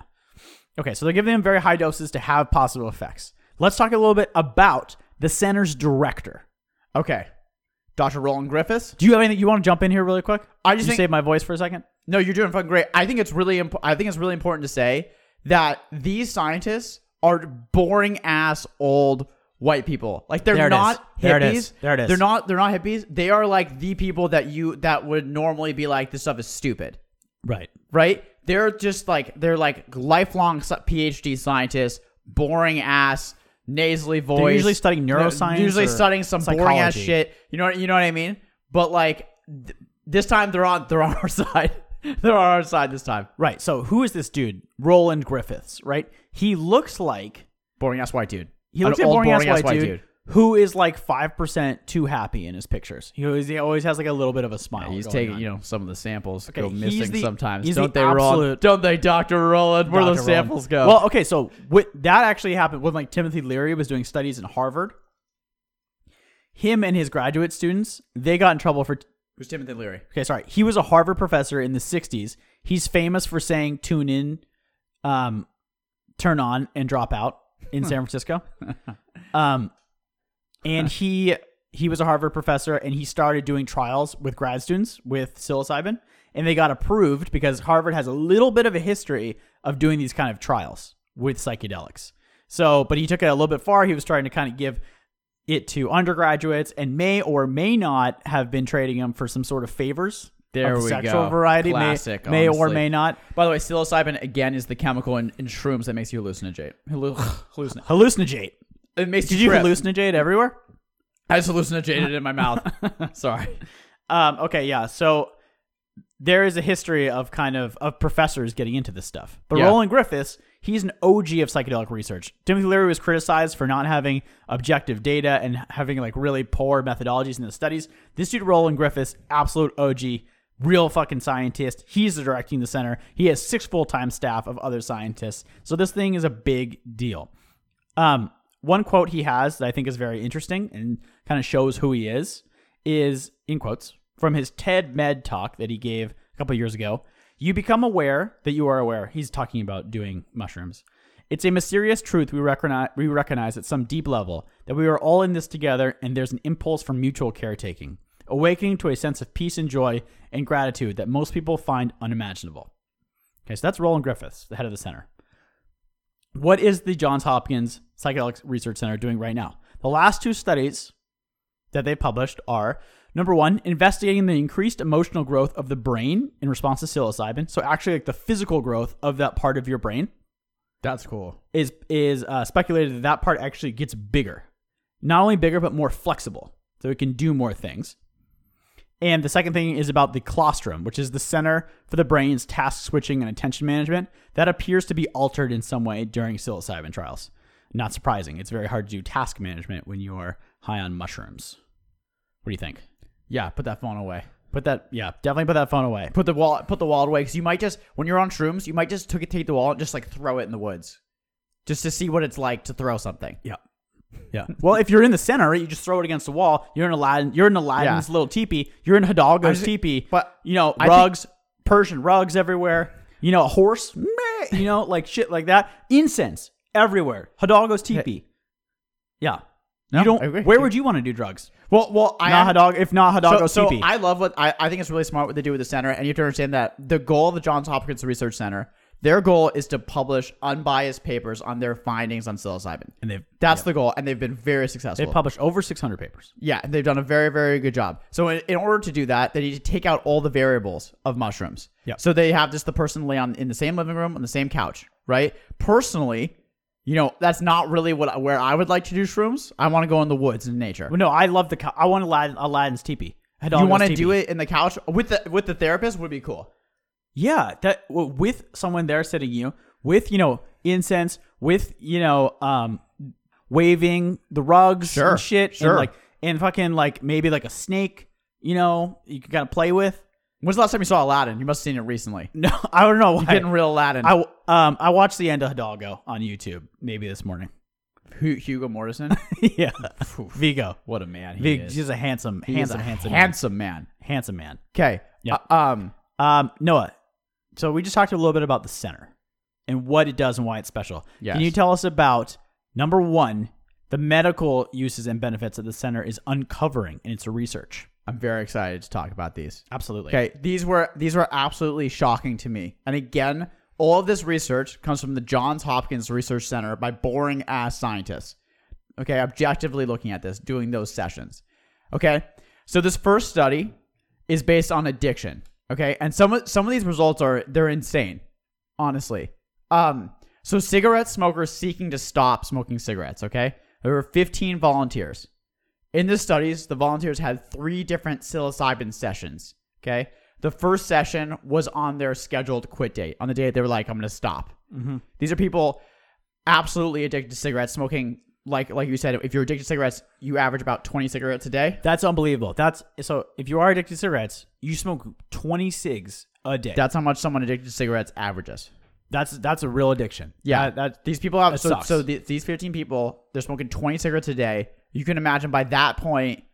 Speaker 4: Okay, so they're giving them very high doses to have possible effects. Let's talk a little bit about the center's director.
Speaker 1: Okay, Dr. Roland Griffiths.
Speaker 4: Do you have anything you want to jump in here really quick?
Speaker 1: I just
Speaker 4: Did you
Speaker 1: think-
Speaker 4: save my voice for a second.
Speaker 1: No, you're doing fucking great. I think it's really imp- I think it's really important to say that these scientists are boring ass old white people. Like they're
Speaker 4: There it is.
Speaker 1: not hippies.
Speaker 4: There it is. There it is.
Speaker 1: They're not they're not hippies. They are like the people that you that would normally be like this stuff is stupid,
Speaker 4: Right.
Speaker 1: right? They're just like they're like lifelong sci- PhD scientists, boring ass nasally voice.
Speaker 4: usually studying
Speaker 1: They're
Speaker 4: neuroscience
Speaker 1: Usually
Speaker 4: or
Speaker 1: studying some boring ass
Speaker 4: psychology.
Speaker 1: shit. You know you know what I mean? But like th- this time they're on they're on our side. they're on our side this time.
Speaker 4: Right. So who is this dude? Roland Griffiths, right? He looks like
Speaker 1: boring ass white dude.
Speaker 4: He looks like a boring, ass, white, dude, who is like five percent too happy in his pictures. He always, he always has like a little bit of a smile.
Speaker 1: He's
Speaker 4: going
Speaker 1: taking
Speaker 4: on.
Speaker 1: you know some of the samples
Speaker 4: Okay,
Speaker 1: go
Speaker 4: he's
Speaker 1: missing
Speaker 4: the-
Speaker 1: sometimes.
Speaker 4: he's
Speaker 1: Don't
Speaker 4: the
Speaker 1: they Roland?
Speaker 4: absolute-
Speaker 1: Don't they, Doctor Roland? Where
Speaker 4: Dr.
Speaker 1: the
Speaker 4: Roland.
Speaker 1: samples go?
Speaker 4: Well, okay, so with that actually happened when like Timothy Leary was doing studies in Harvard. Him and his graduate students, they got in trouble for
Speaker 1: who's Timothy Leary?
Speaker 4: Okay, sorry. He was a Harvard professor in the 60s. He's famous for saying tune in, um, turn on, and drop out in
Speaker 1: Hmm.
Speaker 4: San Francisco. um, and he he was a Harvard professor and he started doing trials with grad students with psilocybin and they got approved because Harvard has a little bit of a history of doing these kind of trials with psychedelics. So, but he took it a little bit far. He was trying to kind of give it to undergraduates and may or may not have been trading them for some sort of favors.
Speaker 1: There
Speaker 4: of the
Speaker 1: we
Speaker 4: sexual
Speaker 1: go.
Speaker 4: variety may-
Speaker 1: Classic,
Speaker 4: may, or
Speaker 1: honestly.
Speaker 4: may not
Speaker 1: By the way, psilocybin again is the chemical in, in shrooms that makes you hallucinate. Hallu- hallucinate.
Speaker 4: hallucinate.
Speaker 1: It makes
Speaker 4: Did
Speaker 1: you
Speaker 4: you
Speaker 1: trip.
Speaker 4: hallucinate everywhere?
Speaker 1: I just hallucinated in my mouth. Sorry.
Speaker 4: Um, okay, yeah. So there is a history of kind of of professors getting into this stuff. But
Speaker 1: Yeah.
Speaker 4: Roland Griffiths, he's an OG of psychedelic research. Timothy Leary was criticized for not having objective data and having like really poor methodologies in the studies. This dude, Roland Griffiths, absolute OG, real fucking scientist. He's directing the center. He has six full time staff of other scientists. So this thing is a big deal. Um, one quote he has that I think is very interesting and kind of shows who he is is in quotes from his TED Med talk that he gave a couple years ago. You become aware that you are aware. He's talking about doing mushrooms. It's a mysterious truth we recognize, we recognize at some deep level that we are all in this together and there's an impulse for mutual caretaking, awakening to a sense of peace and joy and gratitude that most people find unimaginable. Okay, so that's Roland Griffiths, the head of the center what is the Johns Hopkins Psychedelic Research Center doing right now? The last two studies that they published are number one, investigating the increased emotional growth of the brain in response to psilocybin. So actually, like the physical growth of that part of your brain
Speaker 1: That's cool.
Speaker 4: is is uh, speculated that that part actually gets bigger, not only bigger but more flexible, so it can do more things. And the second thing is about the claustrum, which is the center for the brain's task switching and attention management that appears to be altered in some way during psilocybin trials. Not surprising; it's very hard to do task management when you are high on mushrooms. What do you think?
Speaker 1: Yeah, put that phone away.
Speaker 4: Put that, yeah, definitely put that phone away.
Speaker 1: Put the wall. Put the wallet away because you might just when you're on shrooms, you might just took it, take the wallet, and just like throw it in the woods, just to see what it's like to throw something.
Speaker 4: Yeah. Yeah. Well, if you're in the center, you just throw it against the wall. You're in Aladdin. You're in Aladdin's
Speaker 1: Yeah.
Speaker 4: little teepee. You're in Hidalgo's
Speaker 1: just-
Speaker 4: teepee.
Speaker 1: but
Speaker 4: you know,
Speaker 1: I think-
Speaker 4: rugs, Persian rugs everywhere. You know, a horse. meh, You know, like shit like that. Incense everywhere. Hidalgo's teepee. Yeah.
Speaker 1: No,
Speaker 4: you don't.
Speaker 1: I agree.
Speaker 4: Where would you want to do drugs?
Speaker 1: Well, well, I
Speaker 4: Not Hidalgo. If not
Speaker 1: So,
Speaker 4: Hidalgo's
Speaker 1: so
Speaker 4: teepee.
Speaker 1: I love what I, I think it's really smart what they do with the center, and you have to understand that the goal of the Johns Hopkins Research Center, their goal is to publish unbiased papers on their findings on psilocybin.
Speaker 4: and they've
Speaker 1: That's the goal, and they've been very successful.
Speaker 4: they've published over 600 papers.
Speaker 1: yeah, and they've done a very, very good job. So in, in order to do that, they need to take out all the variables of mushrooms.
Speaker 4: Yeah.
Speaker 1: So they have just the person lay on in the same living room on the same couch, right? Personally, you know, that's not really what where I would like to do shrooms. I want to go in the woods in nature.
Speaker 4: Well, no, I love the. co- I want Aladdin, Aladdin's teepee. had
Speaker 1: you
Speaker 4: August
Speaker 1: want to
Speaker 4: TV.
Speaker 1: do it in the couch with the with the therapist would be cool.
Speaker 4: Yeah, that w- with someone there sitting you with you know incense with you know um waving the rugs
Speaker 1: Sure,
Speaker 4: and shit
Speaker 1: sure.
Speaker 4: and like and fucking like maybe like a snake you know you can kind of play with.
Speaker 1: When's the last time you saw Aladdin? You must have seen it recently.
Speaker 4: No, I don't know
Speaker 1: You're
Speaker 4: why.
Speaker 1: getting real Aladdin.
Speaker 4: I w- um I watched the end of Hidalgo on YouTube maybe this morning.
Speaker 1: Hu- Hugo Mortensen.
Speaker 4: yeah, Vigo.
Speaker 1: what a man he
Speaker 4: Vig,
Speaker 1: is.
Speaker 4: he's a handsome,
Speaker 1: He is
Speaker 4: handsome,
Speaker 1: a
Speaker 4: handsome,
Speaker 1: handsome man.
Speaker 4: man. handsome man.
Speaker 1: Okay.
Speaker 4: Yeah.
Speaker 1: um.
Speaker 4: Um, Noah, so we just talked a little bit about the center and what it does and why it's special.
Speaker 1: Yes.
Speaker 4: Can you tell us about number one, the medical uses and benefits that the center is uncovering in its research?
Speaker 1: I'm very excited to talk about these.
Speaker 4: Absolutely.
Speaker 1: Okay, these were these were absolutely shocking to me. And again, all of this research comes from the Johns Hopkins Research Center by boring ass scientists. Okay, objectively looking at this, doing those sessions. Okay? So this first study is based on addiction, okay? And some of- some of these results are they're insane, honestly. Um so cigarette smokers seeking to stop smoking cigarettes, okay? There were 15 volunteers. In the studies, the volunteers had three different psilocybin sessions. Okay. The first session was on their scheduled quit date, on the day they were like, I'm going to stop.
Speaker 4: Mm-hmm.
Speaker 1: These are people absolutely addicted to cigarettes, smoking. Like, like you said, if you're addicted to cigarettes, you average about 20 cigarettes a day.
Speaker 4: That's unbelievable. That's so. If you are addicted to cigarettes, you smoke twenty cigs a day.
Speaker 1: That's how much someone addicted to cigarettes averages.
Speaker 4: that's that's a real addiction.
Speaker 1: Yeah,
Speaker 4: That, that-
Speaker 1: these people have
Speaker 4: that
Speaker 1: so,
Speaker 4: sucks.
Speaker 1: so the, these 15 people they're smoking 20 cigarettes a day. You can imagine by that point,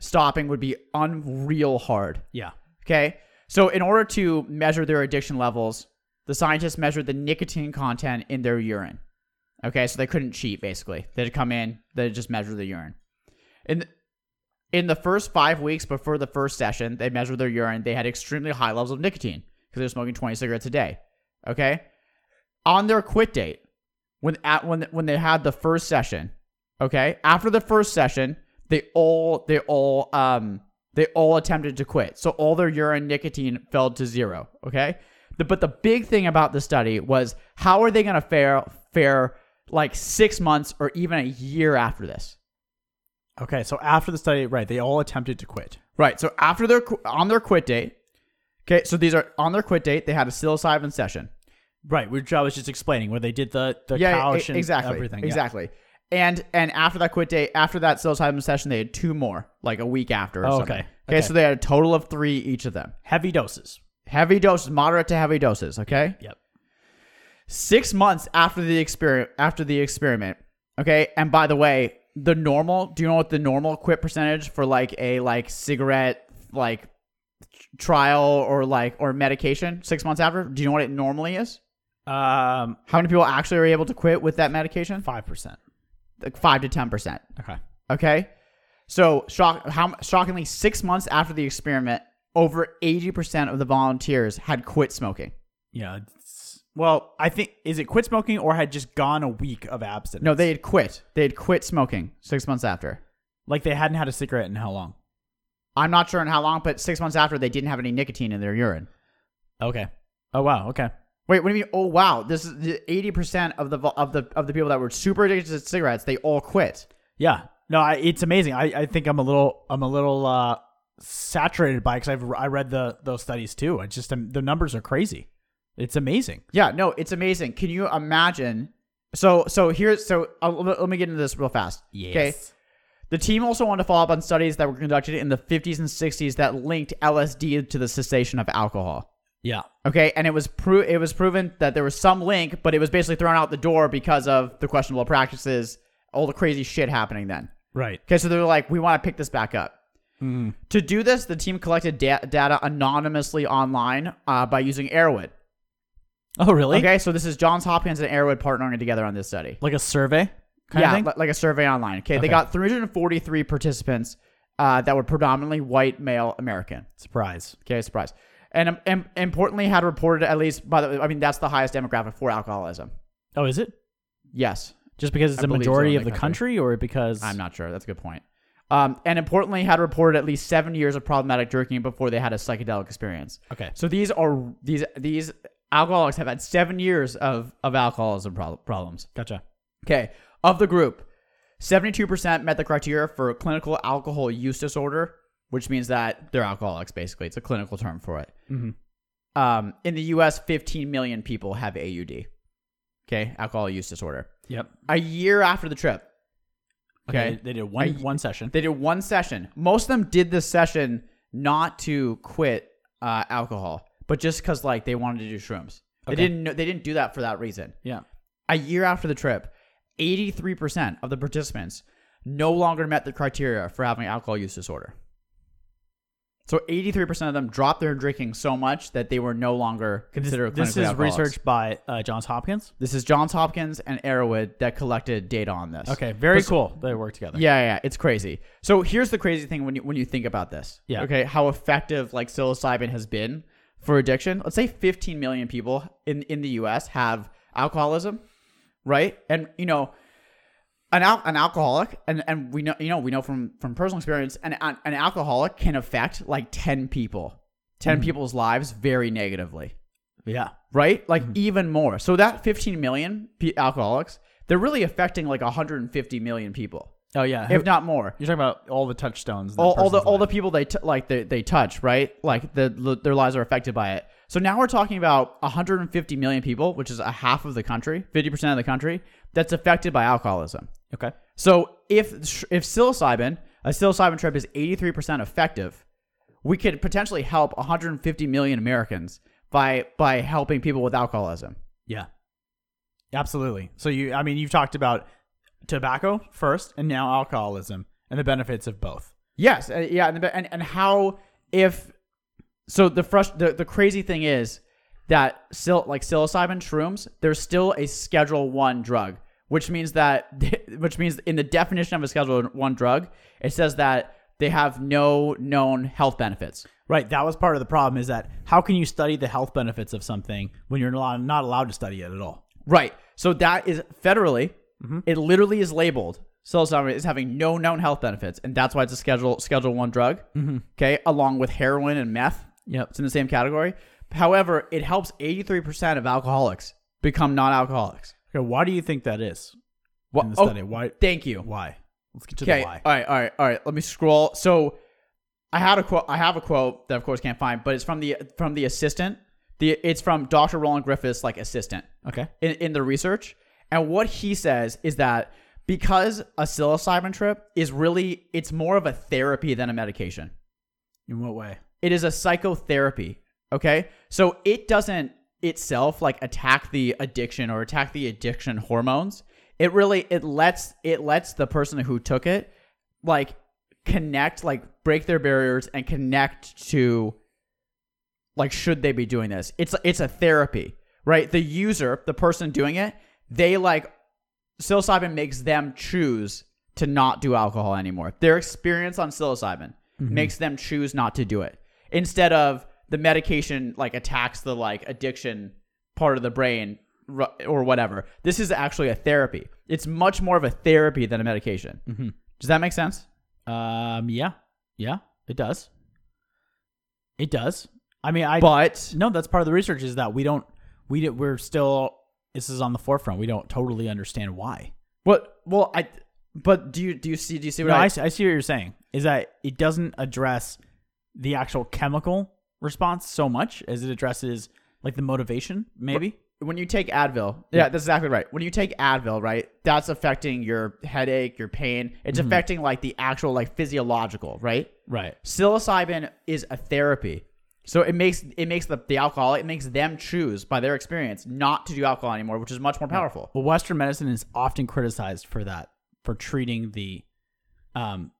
Speaker 1: stopping would be unreal hard.
Speaker 4: yeah.
Speaker 1: Okay. So, in order to measure their addiction levels, the scientists measured the nicotine content in their urine. Okay. So, they couldn't cheat, basically. They'd come in, they'd just measure the urine. In, in the first five weeks before the first session, they measured their urine. They had extremely high levels of nicotine because they were smoking 20 cigarettes a day. Okay. On their quit date, when, at, when, when they had the first session, okay, after the first session, they all, they all, um, they all attempted to quit. So all their urine nicotine fell to zero. Okay. The, but the big thing about the study was how are they going to fare, fare like six months or even a year after this?
Speaker 4: Okay. So after the study, right? They all attempted to quit.
Speaker 1: Right. So after their, qu- on their quit date, okay. So these are on their quit date, they had a psilocybin session.
Speaker 4: Right, which I was just explaining, where they did the the couch
Speaker 1: e-
Speaker 4: and
Speaker 1: exactly,
Speaker 4: everything. yeah.
Speaker 1: Exactly. And and after that quit date, after that psilocybin session, they had two more, like a week after. Or
Speaker 4: Oh,
Speaker 1: something.
Speaker 4: okay.
Speaker 1: Okay.
Speaker 4: Okay.
Speaker 1: So they had a total of three each of them.
Speaker 4: Heavy doses.
Speaker 1: Heavy doses, moderate to heavy doses. Okay.
Speaker 4: Yep.
Speaker 1: six months after the experiment after the experiment okay and by the way the normal do you know what the normal quit percentage for like a like cigarette like tr- trial or like or medication six months after do you know what it normally is
Speaker 4: Um,
Speaker 1: how many people actually are able to quit with that medication
Speaker 4: five percent.
Speaker 1: like five to ten percent
Speaker 4: Okay.
Speaker 1: okay so shock how shockingly six months after the experiment over 80% of the volunteers had quit smoking
Speaker 4: Yeah. it's- Well, I think is it quit smoking or had just gone a week of abstinence?
Speaker 1: no they had quit they had quit smoking six months after
Speaker 4: like they hadn't had a cigarette in how long?
Speaker 1: I'm not sure in how long, but six months after they didn't have any nicotine in their urine.
Speaker 4: Okay. Oh wow. Okay.
Speaker 1: Wait, what do you mean? Oh wow, this is eighty percent of the vo- of the of the people that were super addicted to cigarettes. They all quit.
Speaker 4: Yeah. No, I, it's amazing. I, I think I'm a little I'm a little uh, saturated by because I've I read the those studies too. It's just um, the numbers are crazy. It's amazing.
Speaker 1: Yeah, no, it's amazing. Can you imagine? So so here's so uh, let let me get into this real fast. Okay. The team also wanted to follow up on studies that were conducted in the 50s and 60s that linked LSD to the cessation of alcohol.
Speaker 4: Yeah.
Speaker 1: Okay, and it was pro- it was proven that there was some link, but it was basically thrown out the door because of the questionable practices, all the crazy shit happening then.
Speaker 4: Right.
Speaker 1: Okay, so they're like, we want to pick this back up. To do this, the team collected da- data anonymously online uh, by using Airwood.
Speaker 4: Oh really?
Speaker 1: Okay, so this is Johns Hopkins and Airwood partnering together on this study.
Speaker 4: Like a survey. Kind
Speaker 1: yeah,
Speaker 4: Of thing?
Speaker 1: li- like a survey online. Okay, they
Speaker 4: Okay.
Speaker 1: got 343 participants uh, that were predominantly white, male, American.
Speaker 4: Surprise.
Speaker 1: Okay, surprise. And, um, and importantly, had reported at least by the. I mean, that's the highest demographic for alcoholism.
Speaker 4: Oh, is it?
Speaker 1: Yes.
Speaker 4: Just because it's
Speaker 1: I
Speaker 4: a
Speaker 1: believe
Speaker 4: majority
Speaker 1: so, in
Speaker 4: of
Speaker 1: the
Speaker 4: the country, or because
Speaker 1: I'm not sure. That's a good point. Um, and importantly, had reported at least seven years of problematic drinking before they had a psychedelic experience.
Speaker 4: Okay.
Speaker 1: So these are these these alcoholics have had seven years of of alcoholism prob- problems.
Speaker 4: Gotcha.
Speaker 1: Okay, of the group, seventy two percent met the criteria for clinical alcohol use disorder, which means that they're alcoholics, basically. It's a clinical term for it. Um, in the US, 15 million people have AUD, okay, alcohol use disorder.
Speaker 4: Yep.
Speaker 1: A year after the trip,
Speaker 4: Okay.
Speaker 1: okay,
Speaker 4: They did one
Speaker 1: I-
Speaker 4: one session.
Speaker 1: they did one session. Most of them did this session not to quit uh, alcohol, but just because like they wanted to do shrooms. They
Speaker 4: Okay.
Speaker 1: didn't. know- They didn't do that for that reason.
Speaker 4: yeah.
Speaker 1: A year after the trip, 83% of the participants no longer met the criteria for having alcohol use disorder. So 83% of them dropped their drinking so much that they were no longer considered
Speaker 4: this
Speaker 1: clinically
Speaker 4: is
Speaker 1: alcoholics.
Speaker 4: research by uh, Johns Hopkins.
Speaker 1: This is Johns Hopkins and Arrowhead that collected data on this.
Speaker 4: Okay. Very
Speaker 1: But-
Speaker 4: cool. They work together.
Speaker 1: Yeah, yeah, yeah, it's crazy. So here's the crazy thing when you when you think about this.
Speaker 4: Yeah.
Speaker 1: Okay, how effective like psilocybin has been for addiction. Let's say 15 million people in in the U.S. have alcoholism, right? And you know, an al- an alcoholic, and and we know you know we know from from personal experience, an an an alcoholic can affect like 10 people, 10 people's lives very negatively
Speaker 4: Yeah.
Speaker 1: right? Like even more. So that 15 million pe- alcoholics, they're really affecting like 150 million people,
Speaker 4: Oh yeah.
Speaker 1: if not more.
Speaker 4: You're talking about all the touchstones. in that
Speaker 1: All, all the
Speaker 4: person's
Speaker 1: all the
Speaker 4: life.
Speaker 1: people they t- like they, they touch, right? Like the, the their lives are affected by it. So now we're talking about 150 million people, which is a half of the country, 50% of the country that's affected by alcoholism.
Speaker 4: okay.
Speaker 1: So if if psilocybin, a psilocybin trip is 83% effective, we could potentially help 150 million Americans by by helping people with alcoholism.
Speaker 4: Yeah. Absolutely. So you I mean you've talked about tobacco first and now alcoholism and the benefits of both.
Speaker 1: Yes, uh, yeah, and, and and how if so the frust- the, the crazy thing is that sil- like psilocybin shrooms, there's still a Schedule One drug, which means that which means in the definition of a Schedule One drug, it says that they have no known health benefits.
Speaker 4: Right, that was part of the problem is that how can you study the health benefits of something when you're not, not allowed to study it at all?
Speaker 1: Right. So that is federally,
Speaker 4: Mm-hmm.
Speaker 1: it literally is labeled psilocybin is having no known health benefits, and that's why it's a Schedule Schedule One drug.
Speaker 4: Mm-hmm.
Speaker 1: Okay, along with heroin and meth.
Speaker 4: Yep.
Speaker 1: It's in the same category. However, it helps 83% of alcoholics become non-alcoholics.
Speaker 4: Okay, why do you think that is?
Speaker 1: Wha-
Speaker 4: In the
Speaker 1: oh,
Speaker 4: study, why
Speaker 1: Thank you.
Speaker 4: why? Let's get to
Speaker 1: Okay.
Speaker 4: the
Speaker 1: All
Speaker 4: why.
Speaker 1: right. All right. All right. Let me scroll. So, I had a quote. I have a quote that, of course, can't find, but it's from the from the assistant. The it's from Dr. Roland Griffiths, like assistant
Speaker 4: Okay.
Speaker 1: in, in the research. And what he says is that because a psilocybin trip is really it's more of a therapy than a medication.
Speaker 4: In what way?
Speaker 1: It is a psychotherapy. Okay. So it doesn't itself like attack the addiction or attack the addiction hormones. It really it lets it lets the person who took it like connect, like break their barriers and connect to like should they be doing this? It's it's a therapy, right? The user, the person doing it, they like psilocybin makes them choose to not do alcohol anymore. Their experience on psilocybin makes them choose not to do it instead of the medication like attacks the like addiction part of the brain ru- or whatever. This is actually a therapy. It's much more of a therapy than a medication. Does that make sense?
Speaker 4: Um yeah. Yeah, it does. It does. I mean, I
Speaker 1: But
Speaker 4: No, that's part of the research is that we don't we don't- we're still this is on the forefront. We don't totally understand why.
Speaker 1: what? Well, I. But do you do you see do you see what
Speaker 4: No,
Speaker 1: I,
Speaker 4: I, see- I see what you're saying. Is that it doesn't address the actual chemical response so much as it addresses like the motivation, maybe.
Speaker 1: when you take Advil, yeah, that's exactly right. When you take Advil, right, that's affecting your headache, your pain. It's
Speaker 4: Mm-hmm.
Speaker 1: affecting like the actual like physiological, right?
Speaker 4: Right.
Speaker 1: Psilocybin is a therapy. So it makes it makes the, the alcoholic it makes them choose by their experience not to do alcohol anymore, which is much
Speaker 4: Mm.
Speaker 1: more powerful.
Speaker 4: Well, Western medicine is often criticized for that, for treating the, um,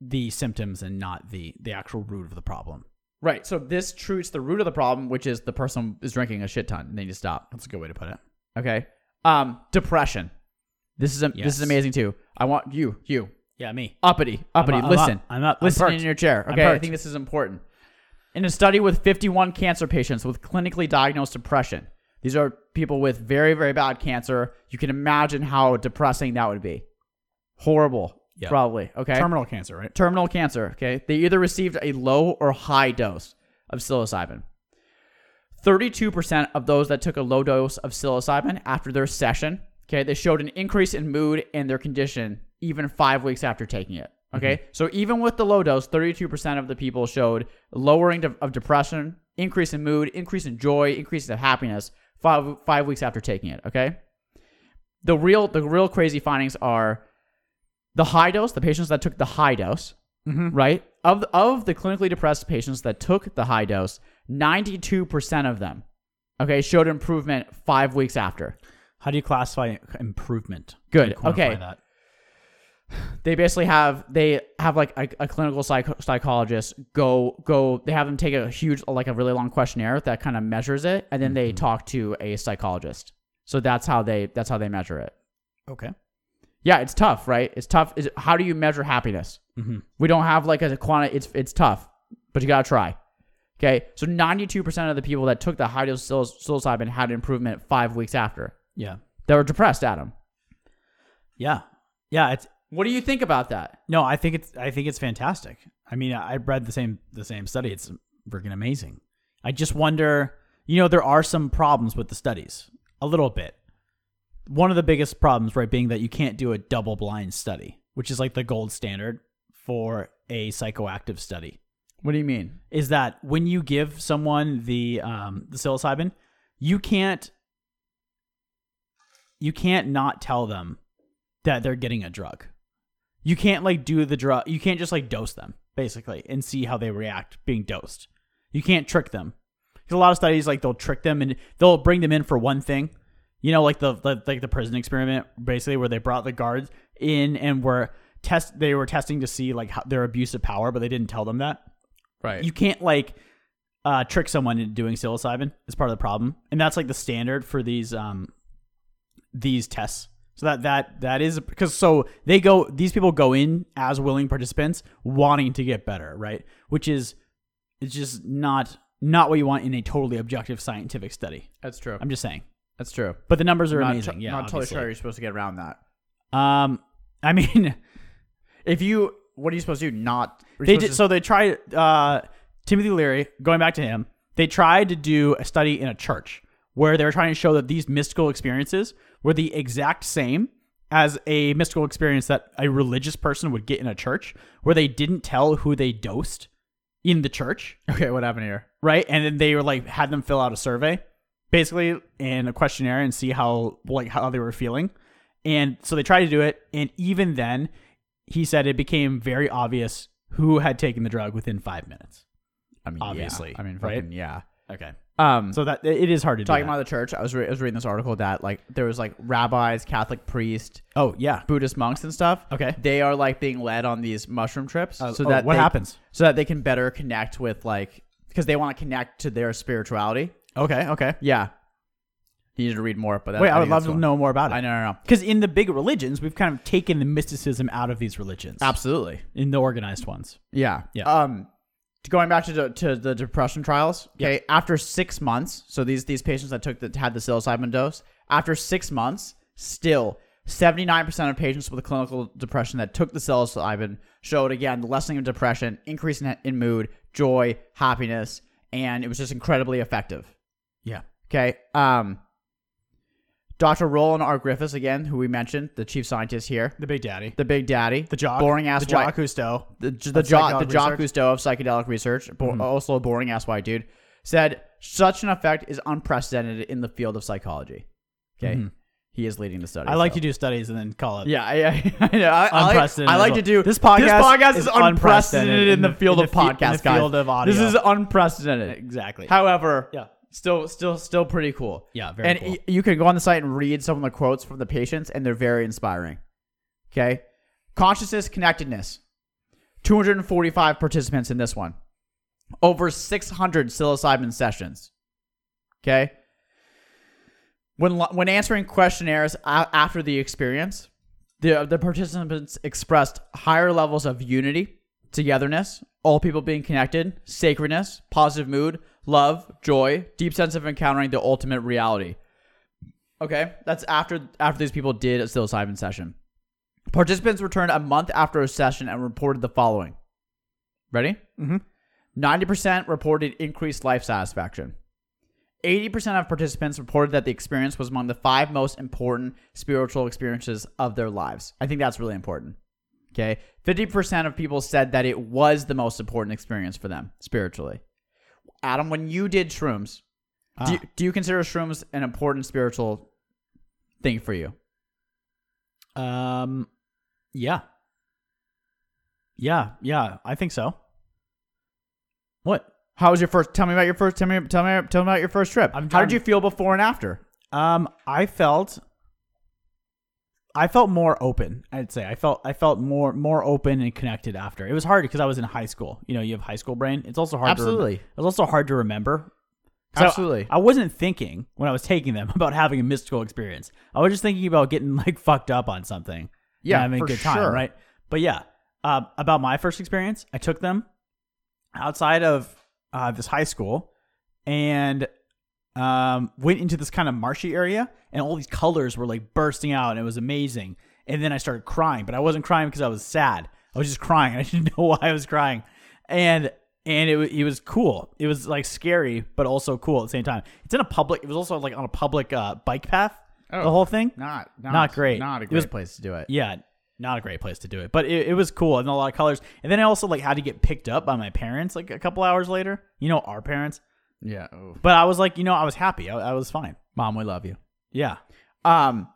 Speaker 4: the symptoms and not the the actual root of the problem.
Speaker 1: Right. So this treats the root of the problem, which is the person is drinking a shit ton and they need to stop.
Speaker 4: That's a good way to put it.
Speaker 1: Okay. Um, depression. This is a, this
Speaker 4: Yes.
Speaker 1: is amazing too. I want you, you,
Speaker 4: Yeah, me.
Speaker 1: uppity, uppity.
Speaker 4: I'm up-
Speaker 1: listen,
Speaker 4: I'm up. I'm
Speaker 1: listen
Speaker 4: perked.
Speaker 1: in your chair.
Speaker 4: I'm
Speaker 1: Okay, I
Speaker 4: perked.
Speaker 1: think this is important. In a study with 51 cancer patients with clinically diagnosed depression, these are people with very, very bad cancer. You can imagine how depressing that would be. Horrible,
Speaker 4: Yeah.
Speaker 1: probably. Okay,
Speaker 4: Terminal cancer, right?
Speaker 1: terminal cancer. Okay, they either received a low or high dose of psilocybin. 32% of those that took a low dose of psilocybin after their session, okay, they showed an increase in mood and their condition even five weeks after taking it. Okay. So even with the low dose, 32% of the people showed lowering de- of depression, increase in mood, increase in joy, increase of happiness five, five weeks after taking it. Okay. The real, the real crazy findings are the high dose, the patients that took the high dose, right? Of, of the clinically depressed patients that took the high dose, 92% of them, okay, showed improvement five weeks after.
Speaker 4: How do you classify improvement?
Speaker 1: Good.
Speaker 4: Quantify
Speaker 1: Okay.
Speaker 4: that.
Speaker 1: they basically have they have like a, a clinical psych- psychologist go go they have them take a huge like a really long questionnaire that kind of measures it and then they talk to a psychologist so that's how they that's how they measure it
Speaker 4: Okay.
Speaker 1: yeah it's tough right it's tough is how do you measure happiness
Speaker 4: Mm-hmm.
Speaker 1: we don't have like a quantity it's it's tough but you gotta try okay so 92% of the people that took the high dose psil- psilocybin had improvement five weeks after
Speaker 4: Yeah.
Speaker 1: they were depressed adam
Speaker 4: Yeah. Yeah. It's
Speaker 1: what do you think about that
Speaker 4: no. I think it's. I think it's fantastic. I mean, I I read the same the same study. It's freaking amazing. I just wonder. You know, there are some problems with the studies. A little bit. One of the biggest problems, right, being that you can't do a double blind study, which is like the gold standard for a psychoactive study.
Speaker 1: what do you mean
Speaker 4: is that when you give someone the um, the psilocybin, you can't you can't not tell them that they're getting a drug. You can't like do the drug. You can't just like dose them basically and see how they react being dosed. You can't trick them. 'Cause a lot of studies like they'll trick them and they'll bring them in for one thing. You know, like the, the like the prison experiment basically where they brought the guards in and were test they were testing to see like how, their abuse of power, but they didn't tell them that
Speaker 1: right
Speaker 4: you can't like uh, trick someone into doing psilocybin is part of the problem, and that's like the standard for these um, these tests. So that that that is because so they go these people go in as willing participants wanting to get better, right? Which is it's just not not what you want in a totally objective scientific study.
Speaker 1: that's true
Speaker 4: I'm just saying,
Speaker 1: that's true
Speaker 4: but the numbers are
Speaker 1: not
Speaker 4: amazing.
Speaker 1: to-
Speaker 4: yeah,
Speaker 1: not totally
Speaker 4: obviously.
Speaker 1: sure how you're supposed to get around that.
Speaker 4: Um, I mean.
Speaker 1: If you, what are you supposed to do? Not you're
Speaker 4: they
Speaker 1: supposed
Speaker 4: did
Speaker 1: to-
Speaker 4: so they tried uh, timothy leary going back to him they tried to do a study in a church where they were trying to show that these mystical experiences were the exact same as a mystical experience that a religious person would get in a church where they didn't tell who they dosed in the church
Speaker 1: Okay, what happened here?
Speaker 4: right and then they were like had them fill out a survey basically and a questionnaire and see how like how they were feeling and so they tried to do it and even then he said it became very obvious who had taken the drug within five minutes
Speaker 1: I mean, yeah.
Speaker 4: Obviously,
Speaker 1: I mean,
Speaker 4: right?
Speaker 1: fucking yeah.
Speaker 4: okay
Speaker 1: Um,
Speaker 4: so that it is hard to
Speaker 1: talking
Speaker 4: do that.
Speaker 1: about the church, I was re- I was reading this article that like there was like rabbis, Catholic priests,
Speaker 4: oh yeah
Speaker 1: Buddhist monks, and stuff.
Speaker 4: Okay.
Speaker 1: they are like being led on these mushroom trips
Speaker 4: Uh,
Speaker 1: so
Speaker 4: oh,
Speaker 1: that
Speaker 4: what
Speaker 1: they-
Speaker 4: happens?
Speaker 1: so that they can better connect with like because they want to connect to their spirituality.
Speaker 4: okay okay
Speaker 1: Yeah, you need to read more, but that,
Speaker 4: wait i, would
Speaker 1: think
Speaker 4: love
Speaker 1: that's
Speaker 4: to
Speaker 1: cool.
Speaker 4: know more about it
Speaker 1: I know, no, no,
Speaker 4: because in the big religions we've kind of taken the mysticism out of these religions
Speaker 1: absolutely.
Speaker 4: in the organized ones
Speaker 1: Yeah.
Speaker 4: Yeah.
Speaker 1: Um, going back to the, to the depression trials. Okay. After six months, so these these patients that took that had the psilocybin dose, after six months, still. 79% of patients with clinical depression that took the psilocybin showed again the lessening of depression, increase in, in mood, joy, happiness, and it was just incredibly effective.
Speaker 4: yeah
Speaker 1: Okay. Um, Dr. Roland R. Griffiths, again, who we mentioned, the chief scientist here,
Speaker 4: the big daddy
Speaker 1: the big daddy,
Speaker 4: the jock
Speaker 1: boring ass
Speaker 4: the jock Cousteau.
Speaker 1: the the Jock the Jock Cousteau of psychedelic research, bo-
Speaker 4: Mm-hmm.
Speaker 1: also a boring ass white dude, said such an effect is unprecedented in the field of psychology. Okay, he is leading the study.
Speaker 4: Mm-hmm. I like
Speaker 1: so.
Speaker 4: to do studies and then call it.
Speaker 1: Yeah, I, I, I, know. I, I like-
Speaker 4: Unprecedented
Speaker 1: I
Speaker 4: as
Speaker 1: like
Speaker 4: well.
Speaker 1: to do
Speaker 4: This podcast
Speaker 1: is,
Speaker 4: is
Speaker 1: unprecedented in the field
Speaker 4: in
Speaker 1: of
Speaker 4: the fi- in the
Speaker 1: podcast, guys.
Speaker 4: field of audio.
Speaker 1: This is unprecedented.
Speaker 4: exactly.
Speaker 1: However,
Speaker 4: Yeah.
Speaker 1: still, still, still pretty cool.
Speaker 4: Yeah, very
Speaker 1: and
Speaker 4: cool.
Speaker 1: y- you can go on the site and read some of the quotes from the patients, and they're very inspiring. Okay, consciousness connectedness. 245 participants in this one. Over 600 psilocybin sessions. Okay. When lo- when answering questionnaires a- after the experience, the the participants expressed higher levels of unity, togetherness, all people being connected, sacredness, positive mood, love, joy, deep sense of encountering the ultimate reality. Okay, that's after after these people did a psilocybin session. Participants returned a month after a session and reported the following. Ready? Mm-hmm. 90% reported increased life satisfaction. 80% of participants reported that the experience was among the five most important spiritual experiences of their lives. I think that's really important. Okay. 50% of people said that it was the most important experience for them spiritually. Adam, when you did shrooms, do, you,
Speaker 4: Ah.
Speaker 1: do you consider shrooms an important spiritual thing for you?
Speaker 4: Um, yeah, yeah, yeah. I think so. What?
Speaker 1: How was your first? Tell me about your first. Tell me. Tell me. Tell me about your first trip.
Speaker 4: I'm
Speaker 1: How did
Speaker 4: done.
Speaker 1: you feel before and after?
Speaker 4: Um, I felt I felt more open. I'd say I felt I felt more more open and connected after. It was hard because I was in high school. You know, you have high school brain. It's also hard.
Speaker 1: Absolutely.
Speaker 4: To rem- uh, it's also hard to remember. 'Cause I-
Speaker 1: Absolutely.
Speaker 4: I, wasn't thinking when I was taking them about having a mystical experience. I was just thinking about getting like fucked up on something. and
Speaker 1: Yeah,
Speaker 4: having
Speaker 1: for
Speaker 4: a good time,
Speaker 1: sure.
Speaker 4: right? But yeah, uh, about my first experience, I took them outside of uh, this high school and um, went into this kind of marshy area, and all these colors were like bursting out, and it was amazing. And then I started crying, but I wasn't crying because I was sad. I was just crying. I didn't know why I was crying, and and it wa- it was cool. It was like scary, but also cool at the same time. It's in a public. It was also like on a public uh, bike path. the
Speaker 1: Oh,
Speaker 4: whole thing.
Speaker 1: Not. Not,
Speaker 4: Not great.
Speaker 1: Not a
Speaker 4: It
Speaker 1: great
Speaker 4: was-
Speaker 1: place to do it.
Speaker 4: Yeah, not a great place to do it, but it, it was cool and a lot of colors. And then I also like had to get picked up by my parents like a couple hours later. You know, our parents.
Speaker 1: Yeah. oh.
Speaker 4: But I was like, you know, I was happy. I, I was fine.
Speaker 1: Mom, we love you.
Speaker 4: Yeah.
Speaker 1: Um,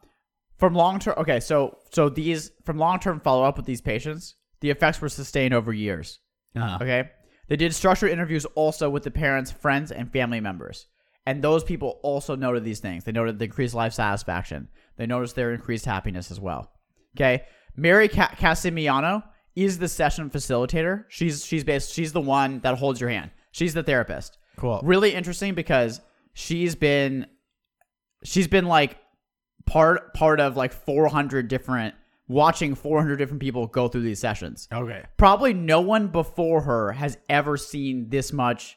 Speaker 1: from long term. Okay, so so these from long term follow up with these patients, the effects were sustained over years.
Speaker 4: Uh,
Speaker 1: Okay. They did structured interviews also with the parents, friends, and family members. And those people also noted these things. They noted the increased life satisfaction. They noticed their increased happiness as well. Okay. Mary Ca- Casimiano is the session facilitator. She's she's based she's the one that holds your hand. She's the therapist.
Speaker 4: Cool.
Speaker 1: Really interesting because she's been she's been like part part of like 400 different watching 400 different people go through these sessions
Speaker 4: Okay.
Speaker 1: probably no one before her has ever seen this much.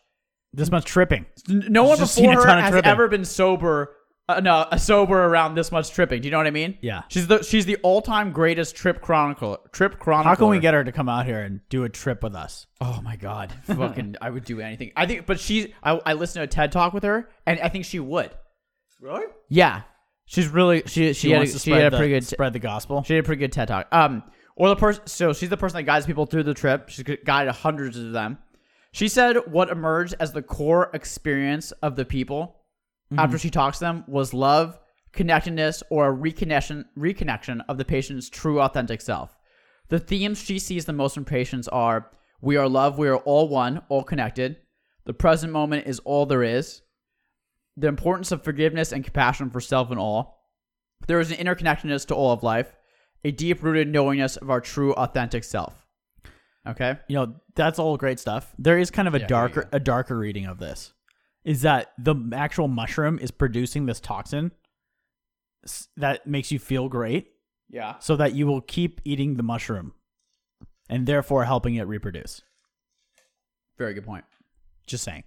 Speaker 4: This much tripping.
Speaker 1: n- No one
Speaker 4: Just seen
Speaker 1: before
Speaker 4: a
Speaker 1: her
Speaker 4: ton of
Speaker 1: has
Speaker 4: tripping.
Speaker 1: ever been sober. Uh, no, uh, sober around this much tripping. Do you know what I mean?
Speaker 4: Yeah.
Speaker 1: She's the she's the all time greatest trip chronicle trip chronicler.
Speaker 4: How can we get her to come out here and do a trip with us?
Speaker 1: Oh my god, fucking! I would do anything. I think, but she's. I I listened to a TED talk with her, and I think she would.
Speaker 4: Really?
Speaker 1: Yeah, she's really she she,
Speaker 4: She
Speaker 1: had, a,
Speaker 4: wants to
Speaker 1: she
Speaker 4: spread,
Speaker 1: had a
Speaker 4: the,
Speaker 1: pretty good
Speaker 4: spread the gospel.
Speaker 1: She did a pretty good TED talk. Um, or the person. So she's the person that guides people through the trip. She's guided hundreds of them. She said what emerged as the core experience of the people after she talks to them was love, connectedness, or a reconnection reconnection of the patient's true authentic self. The themes she sees the most in patients are we are love, we are all one, all connected. The present moment is all there is. The importance of forgiveness and compassion for self and all. There is an interconnectedness to all of life, a deep rooted knowingness of our true authentic self. Okay?
Speaker 4: you know that's all great stuff there is kind of a
Speaker 1: Yeah, there you
Speaker 4: darker a darker reading of this is that the actual mushroom is producing this toxin s- that makes you feel great
Speaker 1: Yeah.
Speaker 4: so that you will keep eating the mushroom and therefore helping it reproduce
Speaker 1: Very good point.
Speaker 4: just saying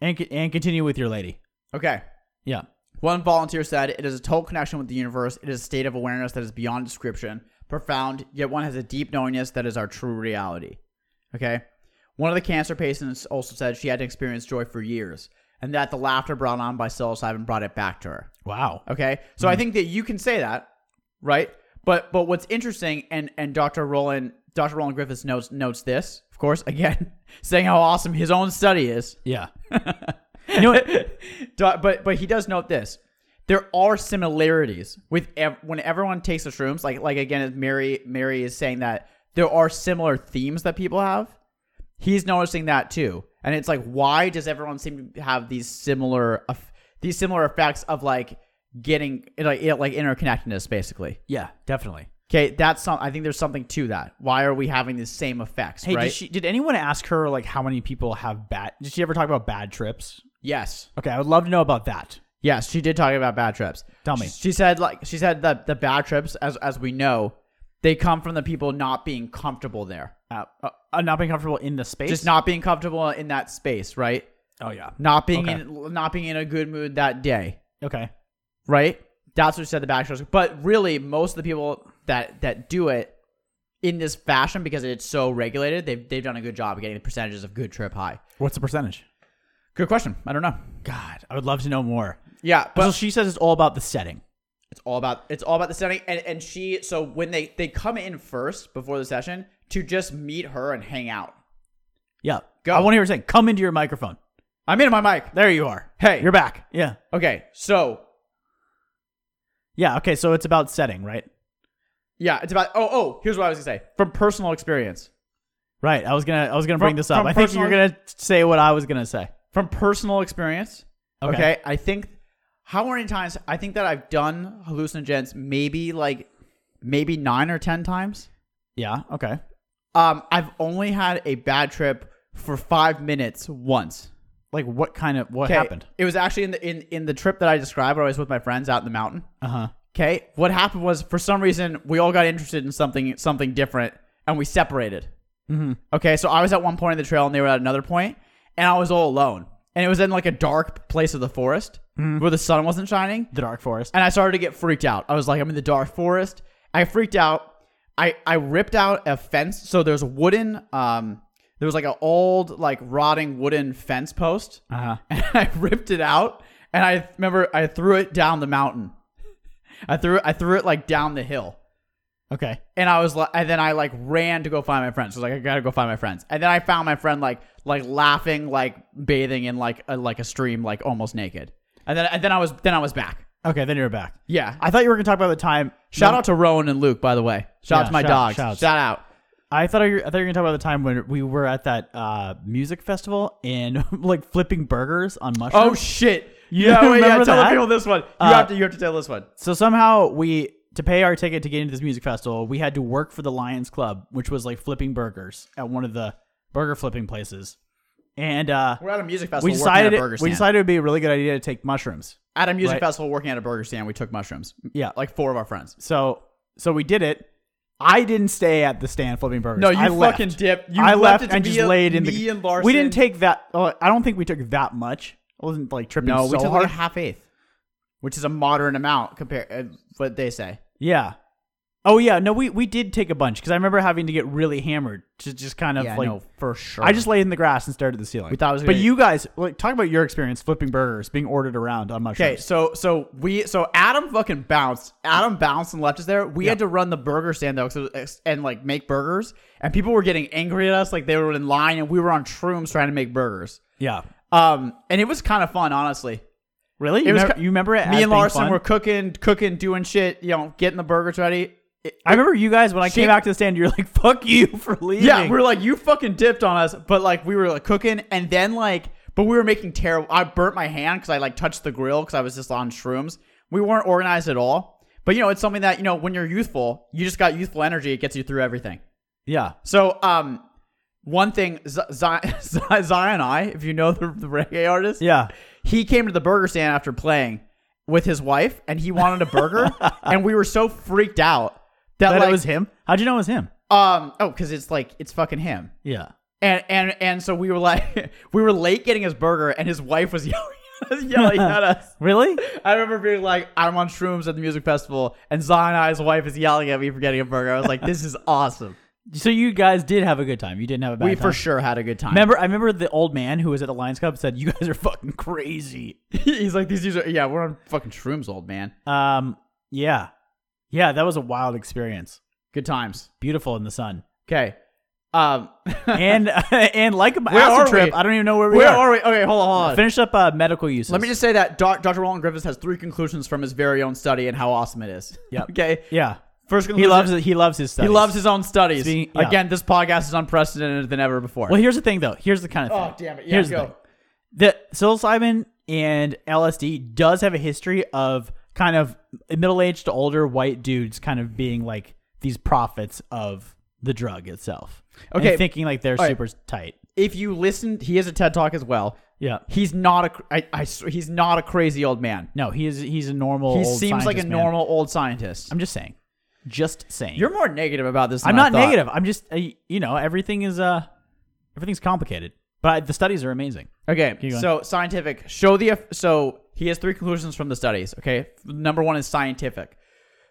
Speaker 4: and co- and continue with your lady
Speaker 1: Okay.
Speaker 4: yeah
Speaker 1: One volunteer said, It is a total connection with the universe. It is a state of awareness that is beyond description, profound, yet one has a deep knowingness that is our true reality. Okay? One of the cancer patients also said she hadn't experienced joy for years, and that the laughter brought on by psilocybin brought it back to her.
Speaker 4: wow
Speaker 1: Okay. So I think that you can say that, right? But but what's interesting, and and Dr. Roland Dr. Roland Griffiths notes notes this, of course, again saying how awesome his own study is.
Speaker 4: yeah you know what
Speaker 1: Do- But but he does note this. There are similarities with ev- when everyone takes the shrooms. Like like again, as Mary Mary is saying that there are similar themes that people have. He's noticing that too, and it's like, why does everyone seem to have these similar eff- these similar effects of like getting like it- like interconnectedness basically?
Speaker 4: yeah definitely
Speaker 1: Okay, that's some. I think there's something to that. Why are we having the same effects?
Speaker 4: hey
Speaker 1: right?
Speaker 4: did she did anyone ask her like how many people have bad did she ever talk about bad trips
Speaker 1: yes.
Speaker 4: okay i would love to know about that
Speaker 1: Yes, she did talk about bad trips.
Speaker 4: Tell me.
Speaker 1: She said like she said that the bad trips, as as we know, they come from the people not being comfortable there.
Speaker 4: uh, uh, uh, not being comfortable in the space.
Speaker 1: Just not being comfortable in that space, right?
Speaker 4: Oh yeah.
Speaker 1: Not being in not being in a good mood that day,
Speaker 4: Okay.
Speaker 1: right? That's what she said the bad trips. But really, most of the people that that do it in this fashion because it's so regulated, they've they've done a good job of getting the percentages of good trip high.
Speaker 4: What's the percentage?
Speaker 1: Good question. I don't know.
Speaker 4: God, I would love to know more.
Speaker 1: Yeah,
Speaker 4: so she says it's all about the setting.
Speaker 1: It's all about it's all about the setting and and she so when they they come in first before the session to just meet her and hang out.
Speaker 4: Yeah.
Speaker 1: Go.
Speaker 4: I want to hear what you're saying. Come into your microphone.
Speaker 1: I'm in my mic.
Speaker 4: There you are.
Speaker 1: Hey.
Speaker 4: You're back. Yeah.
Speaker 1: Okay, so
Speaker 4: Yeah. Okay. So it's about setting, right?
Speaker 1: yeah, it's about oh oh here's what I was gonna say from personal experience
Speaker 4: Right. I was gonna. I was gonna bring
Speaker 1: From-
Speaker 4: this up.
Speaker 1: from
Speaker 4: I think you were
Speaker 1: personal-
Speaker 4: gonna say what I was gonna say.
Speaker 1: from personal experience.
Speaker 4: Okay.
Speaker 1: Okay. I think how many times I think that I've done hallucinogens maybe like maybe nine or ten times.
Speaker 4: Yeah. Okay.
Speaker 1: Um, I've only had a bad trip for five minutes once.
Speaker 4: Like what kind of what
Speaker 1: Okay,
Speaker 4: happened?
Speaker 1: It was actually in the in, in the trip that I described where I was with my friends out in the mountain.
Speaker 4: Uh huh.
Speaker 1: Okay. What happened was for some reason we all got interested in something something different and we separated. Mm-hmm. Okay, so I was at one point of the trail and they were at another point, and I was all alone. And it was in like a dark place of the forest
Speaker 4: Mm-hmm.
Speaker 1: where the sun wasn't shining.
Speaker 4: The dark forest.
Speaker 1: and I started to get freaked out. I was like, I'm in the dark forest. I freaked out. I, I ripped out a fence. So there's a wooden, um, there was like an old, like rotting wooden fence post.
Speaker 4: Uh huh.
Speaker 1: And I ripped it out. And I remember I threw it down the mountain. I threw it, I threw it like down the hill.
Speaker 4: Okay.
Speaker 1: And I was like, and then I like ran to go find my friends. I was like, I gotta go find my friends. And then I found my friend like, like laughing, like bathing in like a, like a stream, like almost naked. And then, and then I was, then I was back.
Speaker 4: Okay. Then you're back.
Speaker 1: Yeah.
Speaker 4: I thought you were gonna talk about the time.
Speaker 1: Shout out to Rowan and Luke, by the way. Shout out
Speaker 4: Yeah,
Speaker 1: to my
Speaker 4: shout-
Speaker 1: dogs.
Speaker 4: shouts.
Speaker 1: Shout out.
Speaker 4: I thought you, I thought you were gonna talk about the time when we were at that uh, music festival and like flipping burgers on mushrooms.
Speaker 1: Oh shit!
Speaker 4: You
Speaker 1: yeah, wait, yeah.
Speaker 4: remember
Speaker 1: Tell the
Speaker 4: that?
Speaker 1: people this one. You
Speaker 4: Uh,
Speaker 1: have to. You have to tell this one.
Speaker 4: So somehow we to pay our ticket to get into this music festival, we had to work for the Lions Club, which was like flipping burgers at one of the burger flipping places. And uh,
Speaker 1: We're at a music festival.
Speaker 4: we
Speaker 1: working
Speaker 4: decided
Speaker 1: at a burger
Speaker 4: it,
Speaker 1: stand.
Speaker 4: we decided it would be a really good idea to take mushrooms.
Speaker 1: at a music
Speaker 4: Right.
Speaker 1: festival working at a burger stand. We took mushrooms.
Speaker 4: Yeah.
Speaker 1: Like four of our friends.
Speaker 4: So so we did it. I didn't stay at the stand flipping burgers.
Speaker 1: No, you
Speaker 4: I left.
Speaker 1: fucking dipped. You
Speaker 4: I
Speaker 1: left
Speaker 4: left,
Speaker 1: it to
Speaker 4: and
Speaker 1: me
Speaker 4: just
Speaker 1: and-
Speaker 4: laid in
Speaker 1: me
Speaker 4: the.
Speaker 1: and Larson.
Speaker 4: We didn't take that. oh, I don't think we took that much. I wasn't like tripping
Speaker 1: No,
Speaker 4: so
Speaker 1: we took
Speaker 4: hard.
Speaker 1: like a half eighth, which is a moderate amount compared uh, what they say.
Speaker 4: Yeah. Oh yeah, no, we we did take a bunch because I remember having to get really hammered to just kind of
Speaker 1: Yeah,
Speaker 4: like
Speaker 1: no, for sure.
Speaker 4: I just laid in the grass and stared at the ceiling.
Speaker 1: We thought it was
Speaker 4: but
Speaker 1: gonna-
Speaker 4: you guys like talk about your experience flipping burgers, being ordered around on mushrooms.
Speaker 1: Okay, so so we so Adam fucking bounced. Adam bounced and left us there. We had to run the burger stand though, 'cause it was- and like make burgers. And people were getting angry at us, like they were in line, and we were on shrooms trying to make burgers.
Speaker 4: yeah,
Speaker 1: Um, and it was kind of fun, honestly.
Speaker 4: really?
Speaker 1: It
Speaker 4: you,
Speaker 1: was
Speaker 4: me-
Speaker 1: ki-
Speaker 4: you remember it? as
Speaker 1: Me and
Speaker 4: being
Speaker 1: Larson
Speaker 4: fun?
Speaker 1: were cooking, cooking, doing shit, you know, getting the burgers ready. It-
Speaker 4: I remember you guys when I
Speaker 1: She-
Speaker 4: came back to the stand. You're like, "Fuck you for leaving."
Speaker 1: yeah, we were like, you fucking dipped on us, but like we were like cooking, and then like, but we were making terrible. I burnt my hand because I like touched the grill because I was just on shrooms. We weren't organized at all. But you know, it's something that you know when you're youthful, you just got youthful energy. It gets you through everything.
Speaker 4: yeah,
Speaker 1: So, um, one thing, Z- Z- Z- Zion, I, if you know the, the reggae artist,
Speaker 4: yeah.
Speaker 1: he came to the burger stand after playing with his wife, and he wanted a burger, and we were so freaked out that,
Speaker 4: That
Speaker 1: like,
Speaker 4: it was him. How'd you know it was him?
Speaker 1: um, oh, because it's like it's fucking him.
Speaker 4: Yeah.
Speaker 1: And and and so we were like, we were late getting his burger, and his wife was yelling, at us- yelling at us.
Speaker 4: Really?
Speaker 1: I remember being like, I'm on shrooms at the music festival, and Zionai's wife is yelling at me for getting a burger. I was like, this is awesome.
Speaker 4: So you guys did have a good time. You didn't have a bad
Speaker 1: we
Speaker 4: time.
Speaker 1: for sure had a good time.
Speaker 4: Remember, I remember the old man who was at the Lions Club said, "You guys are fucking crazy."
Speaker 1: He's like, these dudes are, yeah, we're on fucking shrooms, old man.
Speaker 4: Um, yeah, yeah, that was a wild experience.
Speaker 1: Good times.
Speaker 4: Beautiful in the sun,
Speaker 1: Okay. Um,
Speaker 4: and and like my
Speaker 1: Where are
Speaker 4: acid trip,
Speaker 1: we?
Speaker 4: I don't even know where we
Speaker 1: where
Speaker 4: are.
Speaker 1: are we? Okay, hold on, hold on.
Speaker 4: Finish up uh, medical uses.
Speaker 1: Let me just say that Doc, Dr. Roland Griffiths has three conclusions from his very own study and how awesome it is.
Speaker 4: Yeah.
Speaker 1: Okay.
Speaker 4: yeah,
Speaker 1: First conclusion.
Speaker 4: he loves it. He loves his stuff.
Speaker 1: He loves his own studies.
Speaker 4: Speaking- yeah.
Speaker 1: Again, this podcast is unprecedented than ever before.
Speaker 4: Well, here's the thing, though. Here's the kind of
Speaker 1: oh
Speaker 4: thing.
Speaker 1: damn it! Yeah,
Speaker 4: here's
Speaker 1: go.
Speaker 4: the thing. that psilocybin and LSD does have a history of kind of middle-aged to older white dudes kind of being like these prophets of the drug itself. and
Speaker 1: Okay.
Speaker 4: thinking like they're
Speaker 1: All right.
Speaker 4: super tight.
Speaker 1: If you listen, he has a TED talk as well.
Speaker 4: Yeah.
Speaker 1: He's not a. cr- I, I sw- he's not a crazy old man.
Speaker 4: No, he is. He's a normal.
Speaker 1: He
Speaker 4: old
Speaker 1: seems like a
Speaker 4: scientist, man.
Speaker 1: normal old scientist.
Speaker 4: I'm just saying. Just saying.
Speaker 1: You're more negative about this. Than
Speaker 4: I'm
Speaker 1: I
Speaker 4: not
Speaker 1: thought.
Speaker 4: negative. I'm just uh, you know everything is uh everything's complicated, but I, the studies are amazing.
Speaker 1: Okay,
Speaker 4: Keep going.
Speaker 1: so scientific. Show the eff- so he has three conclusions from the studies. Okay, number one is scientific.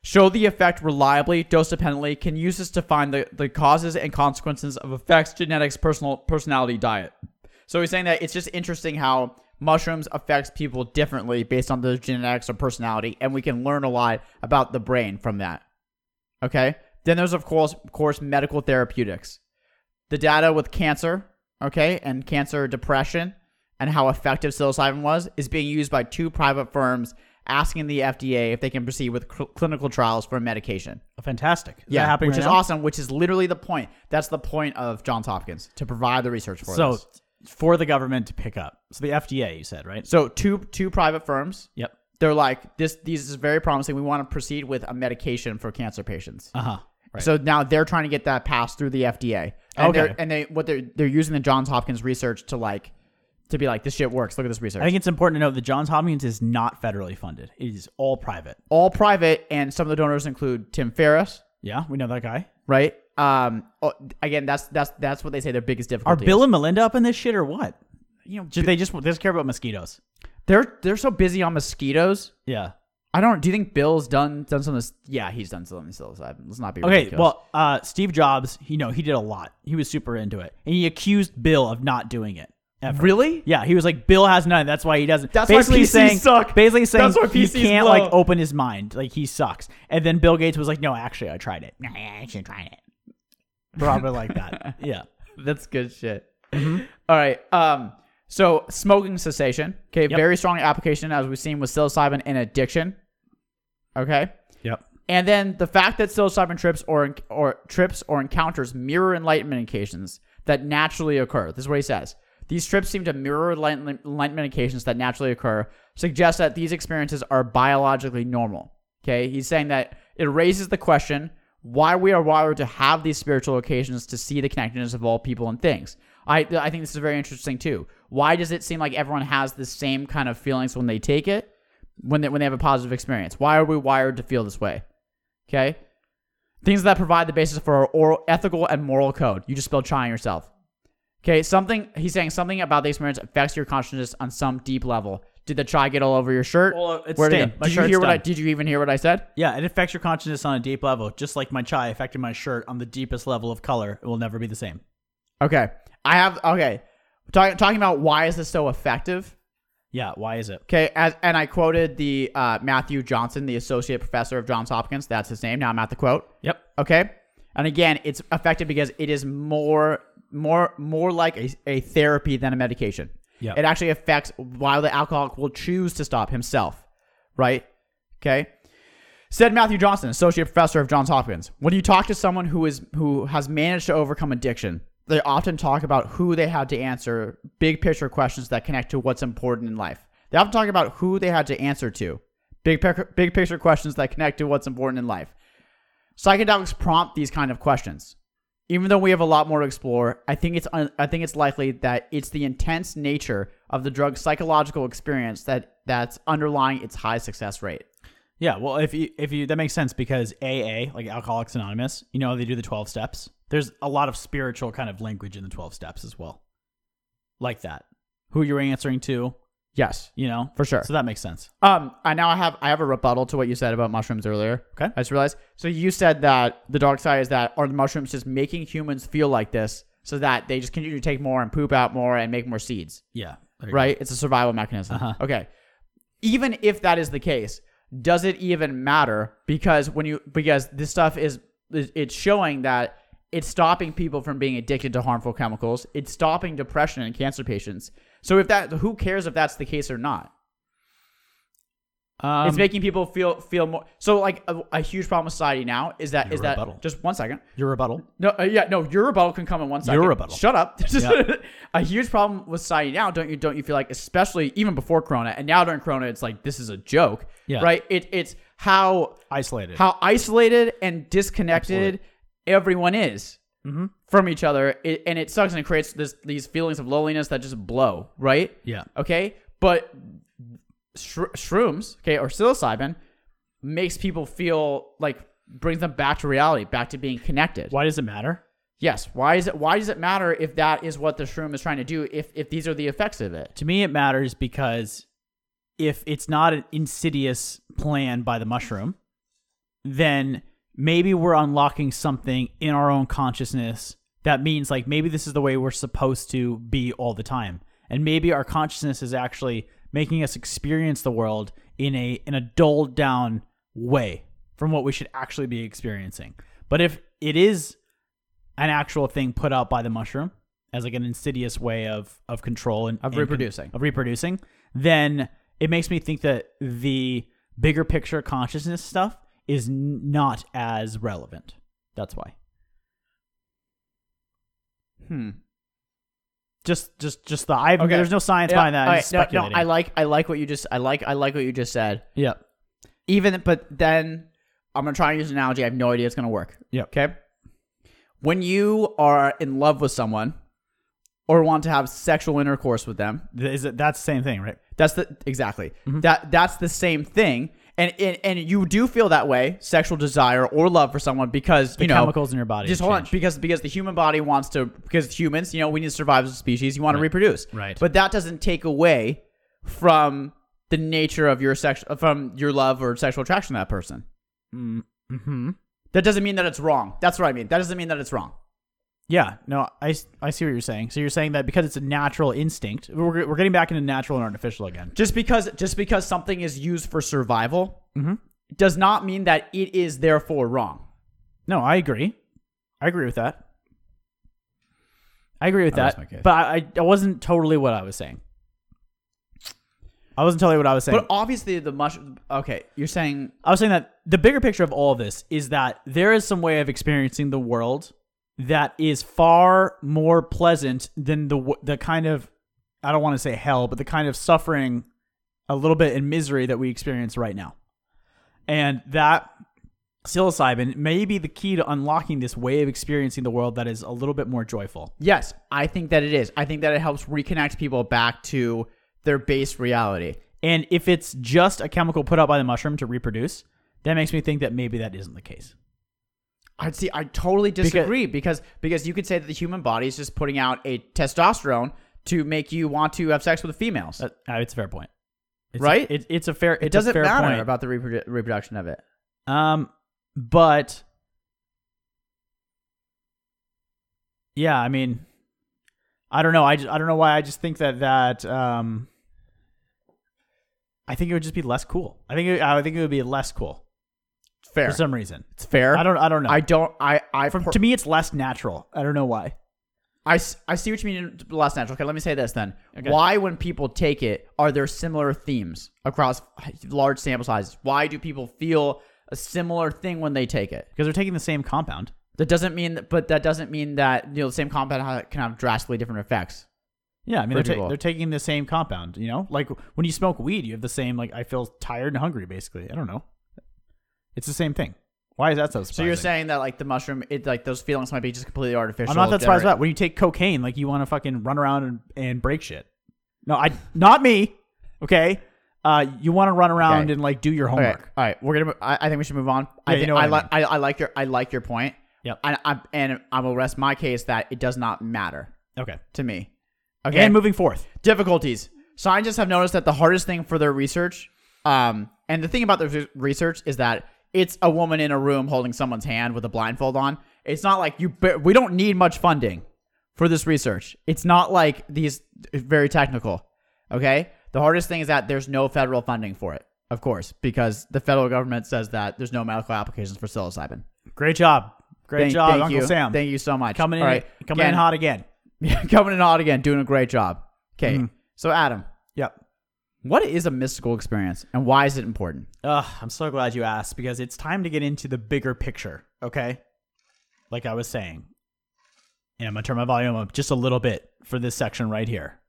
Speaker 1: Show the effect reliably, dose dependently. Can use this to find the, the causes and consequences of effects, genetics, personal personality, diet. So he's saying that it's just interesting how mushrooms affects people differently based on their genetics or personality, and we can learn a lot about the brain from that. Okay. Then there's of course, of course, medical therapeutics, the data with cancer, okay, and cancer depression, and how effective psilocybin was is being used by two private firms asking the FDA if they can proceed with cl- clinical trials for medication.
Speaker 4: Fantastic. Is that
Speaker 1: Yeah,
Speaker 4: happening
Speaker 1: which
Speaker 4: right
Speaker 1: is
Speaker 4: now?
Speaker 1: awesome. Which is literally the point. That's the point of Johns Hopkins to provide the research for
Speaker 4: So
Speaker 1: this.
Speaker 4: for the government to pick up. So the FDA, you said, right?
Speaker 1: So two two private firms.
Speaker 4: Yep.
Speaker 1: They're like this. These is very promising. We want to proceed with a medication for cancer patients.
Speaker 4: Uh huh. Right.
Speaker 1: So now they're trying to get that passed through the FDA. And
Speaker 4: Okay.
Speaker 1: They're, and they what they're they're using the Johns Hopkins research to like to be like this shit works. Look at this research.
Speaker 4: I think it's important to note that Johns Hopkins is not federally funded. It is all private.
Speaker 1: All private, and some of the donors include Tim Ferriss,
Speaker 4: Yeah, we know that guy.
Speaker 1: right? Um, oh, again, that's that's that's what they say their biggest
Speaker 4: Are
Speaker 1: difficulty. is.
Speaker 4: Bill and Melinda up in this shit or what?
Speaker 1: you know
Speaker 4: Do they just they just care about mosquitoes?
Speaker 1: they're they're so busy on mosquitoes.
Speaker 4: Yeah.
Speaker 1: I don't. Do you think Bill's done done some of this? Yeah, he's done some of this psilocybin. Let's not be
Speaker 4: Okay.
Speaker 1: ridiculous.
Speaker 4: Well, uh, Steve Jobs, you know, he did a lot. He was super into it, and he accused Bill of not doing it. Ever.
Speaker 1: really?
Speaker 4: Yeah, he was like Bill has none. That's why he doesn't.
Speaker 1: That's why PCs
Speaker 4: saying,
Speaker 1: suck.
Speaker 4: Basically saying
Speaker 1: That's why
Speaker 4: he
Speaker 1: PCs
Speaker 4: can't
Speaker 1: blow.
Speaker 4: like open his mind. Like he sucks. And then Bill Gates was like, No, actually, I tried it. No, I actually tried it. Probably like that. Yeah.
Speaker 1: That's good shit.
Speaker 4: Mm-hmm.
Speaker 1: All right. Um. So smoking cessation. Okay. Very strong application as we've seen with psilocybin in addiction. Okay.
Speaker 4: Yep.
Speaker 1: And then the fact that psilocybin trips or or trips or encounters mirror enlightenment occasions that naturally occur. This is what he says. These trips seem to mirror enlighten- enlightenment occasions that naturally occur, suggests that these experiences are biologically normal. Okay, he's saying that it raises the question why we are wired to have these spiritual occasions to see the connectedness of all people and things. I I think this is very interesting too. Why does it seem like everyone has the same kind of feelings when they take it, when they when they have a positive experience? Why are we wired to feel this way? Okay. Things that provide the basis for our oral, ethical and moral code. You just spelled trying yourself. Okay. Something, he's saying something about the experience affects your consciousness on some deep level. Did the try get all over your shirt?
Speaker 4: Well, it's
Speaker 1: Where'd it
Speaker 4: stained.
Speaker 1: go?
Speaker 4: My
Speaker 1: Did you
Speaker 4: shirt's
Speaker 1: hear what I,
Speaker 4: done.
Speaker 1: did you even hear what I said?
Speaker 4: Yeah, it affects your consciousness on a deep level, just like my chai affected my shirt on the deepest level of color. It will never be the same.
Speaker 1: Okay. I have, okay. Talk, talking about why is this so effective?
Speaker 4: Yeah, why is it?
Speaker 1: Okay, as, and I quoted the uh, Matthew Johnson, the associate professor of Johns Hopkins. That's his name. Now I'm at the quote.
Speaker 4: Yep.
Speaker 1: Okay, and again, it's effective because it is more, more, more like a, a therapy than a medication.
Speaker 4: Yeah.
Speaker 1: It actually affects why the alcoholic will choose to stop himself. Right. Okay. Said Matthew Johnson, associate professor of Johns Hopkins. When you talk to someone who is who has managed to overcome addiction, they often talk about who they had to answer big picture questions that connect to what's important in life. They often talk about who they had to answer to big pic- big picture questions that connect to what's important in life. Psychedelics prompt these kind of questions. Even though we have a lot more to explore, I think it's un- I think it's likely that it's the intense nature of the drug's psychological experience that that's underlying its high success rate.
Speaker 4: Yeah, well, if you if you that makes sense because AA, like Alcoholics Anonymous, you know they do the twelve steps. There's a lot of spiritual kind of language in the twelve steps as well, like that. Who you're answering to,
Speaker 1: Yes,
Speaker 4: you know,
Speaker 1: for sure.
Speaker 4: So that makes sense.
Speaker 1: Um, I now I have I have a rebuttal to what you said about mushrooms earlier.
Speaker 4: Okay.
Speaker 1: I just realized. So you said that the dark side is that are the mushrooms just making humans feel like this so that they just continue to take more and poop out more and make more seeds,
Speaker 4: Yeah, there you go.
Speaker 1: right? It's a survival mechanism.
Speaker 4: Uh-huh.
Speaker 1: Okay. Even if that is the case, does it even matter? Because when you because this stuff is is- it's showing that it's stopping people from being addicted to harmful chemicals. It's stopping depression and cancer patients. So if that who cares if that's the case or not?
Speaker 4: Um,
Speaker 1: it's making people feel feel more. So like a, a huge problem with society now is that is that
Speaker 4: rebuttal.
Speaker 1: just one second.
Speaker 4: your rebuttal.
Speaker 1: No, uh, yeah, no. Your rebuttal can come in one second.
Speaker 4: Your rebuttal.
Speaker 1: Shut up.
Speaker 4: Yeah.
Speaker 1: a huge problem with society now, don't you? Don't you feel like, especially even before Corona, and now during Corona, it's like this is a joke,
Speaker 4: Yeah.
Speaker 1: right? It it's how
Speaker 4: Isolated.
Speaker 1: how isolated and disconnected everyone is
Speaker 4: Mm-hmm.
Speaker 1: from each other, it, and it sucks, and it creates this these feelings of loneliness that just blow, right?
Speaker 4: Yeah.
Speaker 1: Okay, but sh- shrooms, okay, or psilocybin makes people feel like brings them back to reality, back to being connected.
Speaker 4: Why does it matter?
Speaker 1: Yes. Why is it? Why does it matter if that is what the shroom is trying to do? If if these are the effects of it?
Speaker 4: To me, it matters because if it's not an insidious plan by the mushroom, then maybe we're unlocking something in our own consciousness that means like maybe this is the way we're supposed to be all the time. and maybe our consciousness is actually making us experience the world in a in a dulled down way from what we should actually be experiencing. But if it is an actual thing put out by the mushroom as like an insidious way of of control and
Speaker 1: Of
Speaker 4: and-
Speaker 1: reproducing.
Speaker 4: of reproducing, then it makes me think that the bigger picture consciousness stuff is n- not as relevant. That's why.
Speaker 1: Hmm.
Speaker 4: Just just just the I have
Speaker 1: Okay.
Speaker 4: there's no science behind that.
Speaker 1: All
Speaker 4: I'm
Speaker 1: right,
Speaker 4: just
Speaker 1: no, no,
Speaker 4: speculating.
Speaker 1: I like I like what you just I like I like what you just said.
Speaker 4: yeah.
Speaker 1: Even but then I'm gonna try and use an analogy. I have no idea it's gonna work.
Speaker 4: Yeah.
Speaker 1: Okay. When you are in love with someone or want to have sexual intercourse with them,
Speaker 4: Th- Is it that's the same thing, right?
Speaker 1: That's the exactly
Speaker 4: Mm-hmm.
Speaker 1: that that's the same thing, and, and and you do feel that way, sexual desire or love for someone because you know
Speaker 4: chemicals in your body
Speaker 1: Just hold on,
Speaker 4: change.
Speaker 1: because because the human body wants to because humans, you know, we need to survive as a species. You want to reproduce,
Speaker 4: Right.
Speaker 1: But that doesn't take away from the nature of your sex from your love or sexual attraction to that person.
Speaker 4: Mm-hmm.
Speaker 1: That doesn't mean that it's wrong. That's what I mean. That doesn't mean that it's wrong.
Speaker 4: Yeah, no, I, s- I see what you're saying. So you're saying that because it's a natural instinct, we're, we're getting back into natural and artificial again.
Speaker 1: just because just because something is used for survival
Speaker 4: Mm-hmm.
Speaker 1: does not mean that it is therefore wrong.
Speaker 4: No, I agree. I agree with that. I agree with
Speaker 1: my
Speaker 4: that.
Speaker 1: case.
Speaker 4: But I, I- I wasn't totally what I was saying. I wasn't totally what I was saying.
Speaker 1: But obviously, the mush. Okay, you're saying
Speaker 4: I was saying that the bigger picture of all this is that there is some way of experiencing the world that is far more pleasant than the w- the kind of I don't want to say hell, but the kind of suffering, a little bit and misery that we experience right now, and that psilocybin may be the key to unlocking this way of experiencing the world that is a little bit more joyful.
Speaker 1: yes. I think that it is. I think that it helps reconnect people back to their base reality.
Speaker 4: And if it's just a chemical put out by the mushroom to reproduce, that makes me think that maybe that isn't the case.
Speaker 1: I see. I totally disagree because because, you could say that the human body is just putting out a testosterone to make you want to have sex with females.
Speaker 4: That, uh, it's a fair point. It's
Speaker 1: Right?
Speaker 4: A, it, it's a fair. It's
Speaker 1: it doesn't
Speaker 4: a fair
Speaker 1: matter
Speaker 4: point.
Speaker 1: about the reprodu- reproduction of it.
Speaker 4: Um, but yeah, I mean, I don't know. I just, I don't know why. I just think that that um, I think it would just be less cool. I think it, I think it would be less cool
Speaker 1: Fair.
Speaker 4: for some reason.
Speaker 1: it's fair.
Speaker 4: I don't. I don't know.
Speaker 1: I don't. I. I. per-
Speaker 4: to me, it's less natural. I don't know why.
Speaker 1: I, s- I see what you mean last natural. Okay, let me say this then. Why, when people take it, are there similar themes across large sample sizes? Why do people feel a similar thing when they take it?
Speaker 4: Because they're taking the same compound.
Speaker 1: That doesn't mean, but that doesn't mean that you know the same compound ha- can have drastically different effects.
Speaker 4: Yeah, I mean
Speaker 1: for
Speaker 4: they're, ta-
Speaker 1: people.
Speaker 4: they're taking the same compound. You know, like when you smoke weed, you have the same like I feel tired and hungry. Basically, I don't know. It's the same thing. Why is that so?
Speaker 1: So
Speaker 4: Surprising?
Speaker 1: you're saying that like the mushroom, it like those feelings might be just completely artificial.
Speaker 4: I'm not that surprised
Speaker 1: genera-
Speaker 4: about when you take cocaine, like you want to fucking run around and, and break shit. No, I not me. Okay, uh, you want to run around
Speaker 1: Okay.
Speaker 4: and like do your
Speaker 1: Okay,
Speaker 4: homework.
Speaker 1: all right, we're gonna. mo- I, I think we should move on. I,
Speaker 4: Yeah, you
Speaker 1: thi-
Speaker 4: know what
Speaker 1: I,
Speaker 4: I
Speaker 1: like. I, I like your. I like your point.
Speaker 4: Yep.
Speaker 1: And I and I will rest my case that it does not matter
Speaker 4: Okay,
Speaker 1: to me. Okay.
Speaker 4: and moving forth.
Speaker 1: difficulties. Scientists have noticed that the hardest thing for their research, um, and the thing about their re- research is that it's a woman in a room holding someone's hand with a blindfold on. It's not like you. ba- We don't need much funding for this research. It's not like these it's very technical. Okay. The hardest thing is that there's no federal funding for it, of course, because the federal government says that there's no medical applications for psilocybin.
Speaker 4: Great job, great
Speaker 1: Thank-
Speaker 4: job,
Speaker 1: thank
Speaker 4: Uncle
Speaker 1: you.
Speaker 4: Sam.
Speaker 1: Thank you so much.
Speaker 4: coming in,
Speaker 1: All right.
Speaker 4: coming in
Speaker 1: Again,
Speaker 4: hot again.
Speaker 1: coming in hot again, doing a great job. Okay.
Speaker 4: Mm-hmm.
Speaker 1: So Adam,
Speaker 4: Yep.
Speaker 1: what is a mystical experience and why is it important?
Speaker 4: Ugh, I'm so glad you asked because it's time to get into the bigger picture, okay? Like I was saying. And I'm going to turn my volume up just a little bit for this section right here.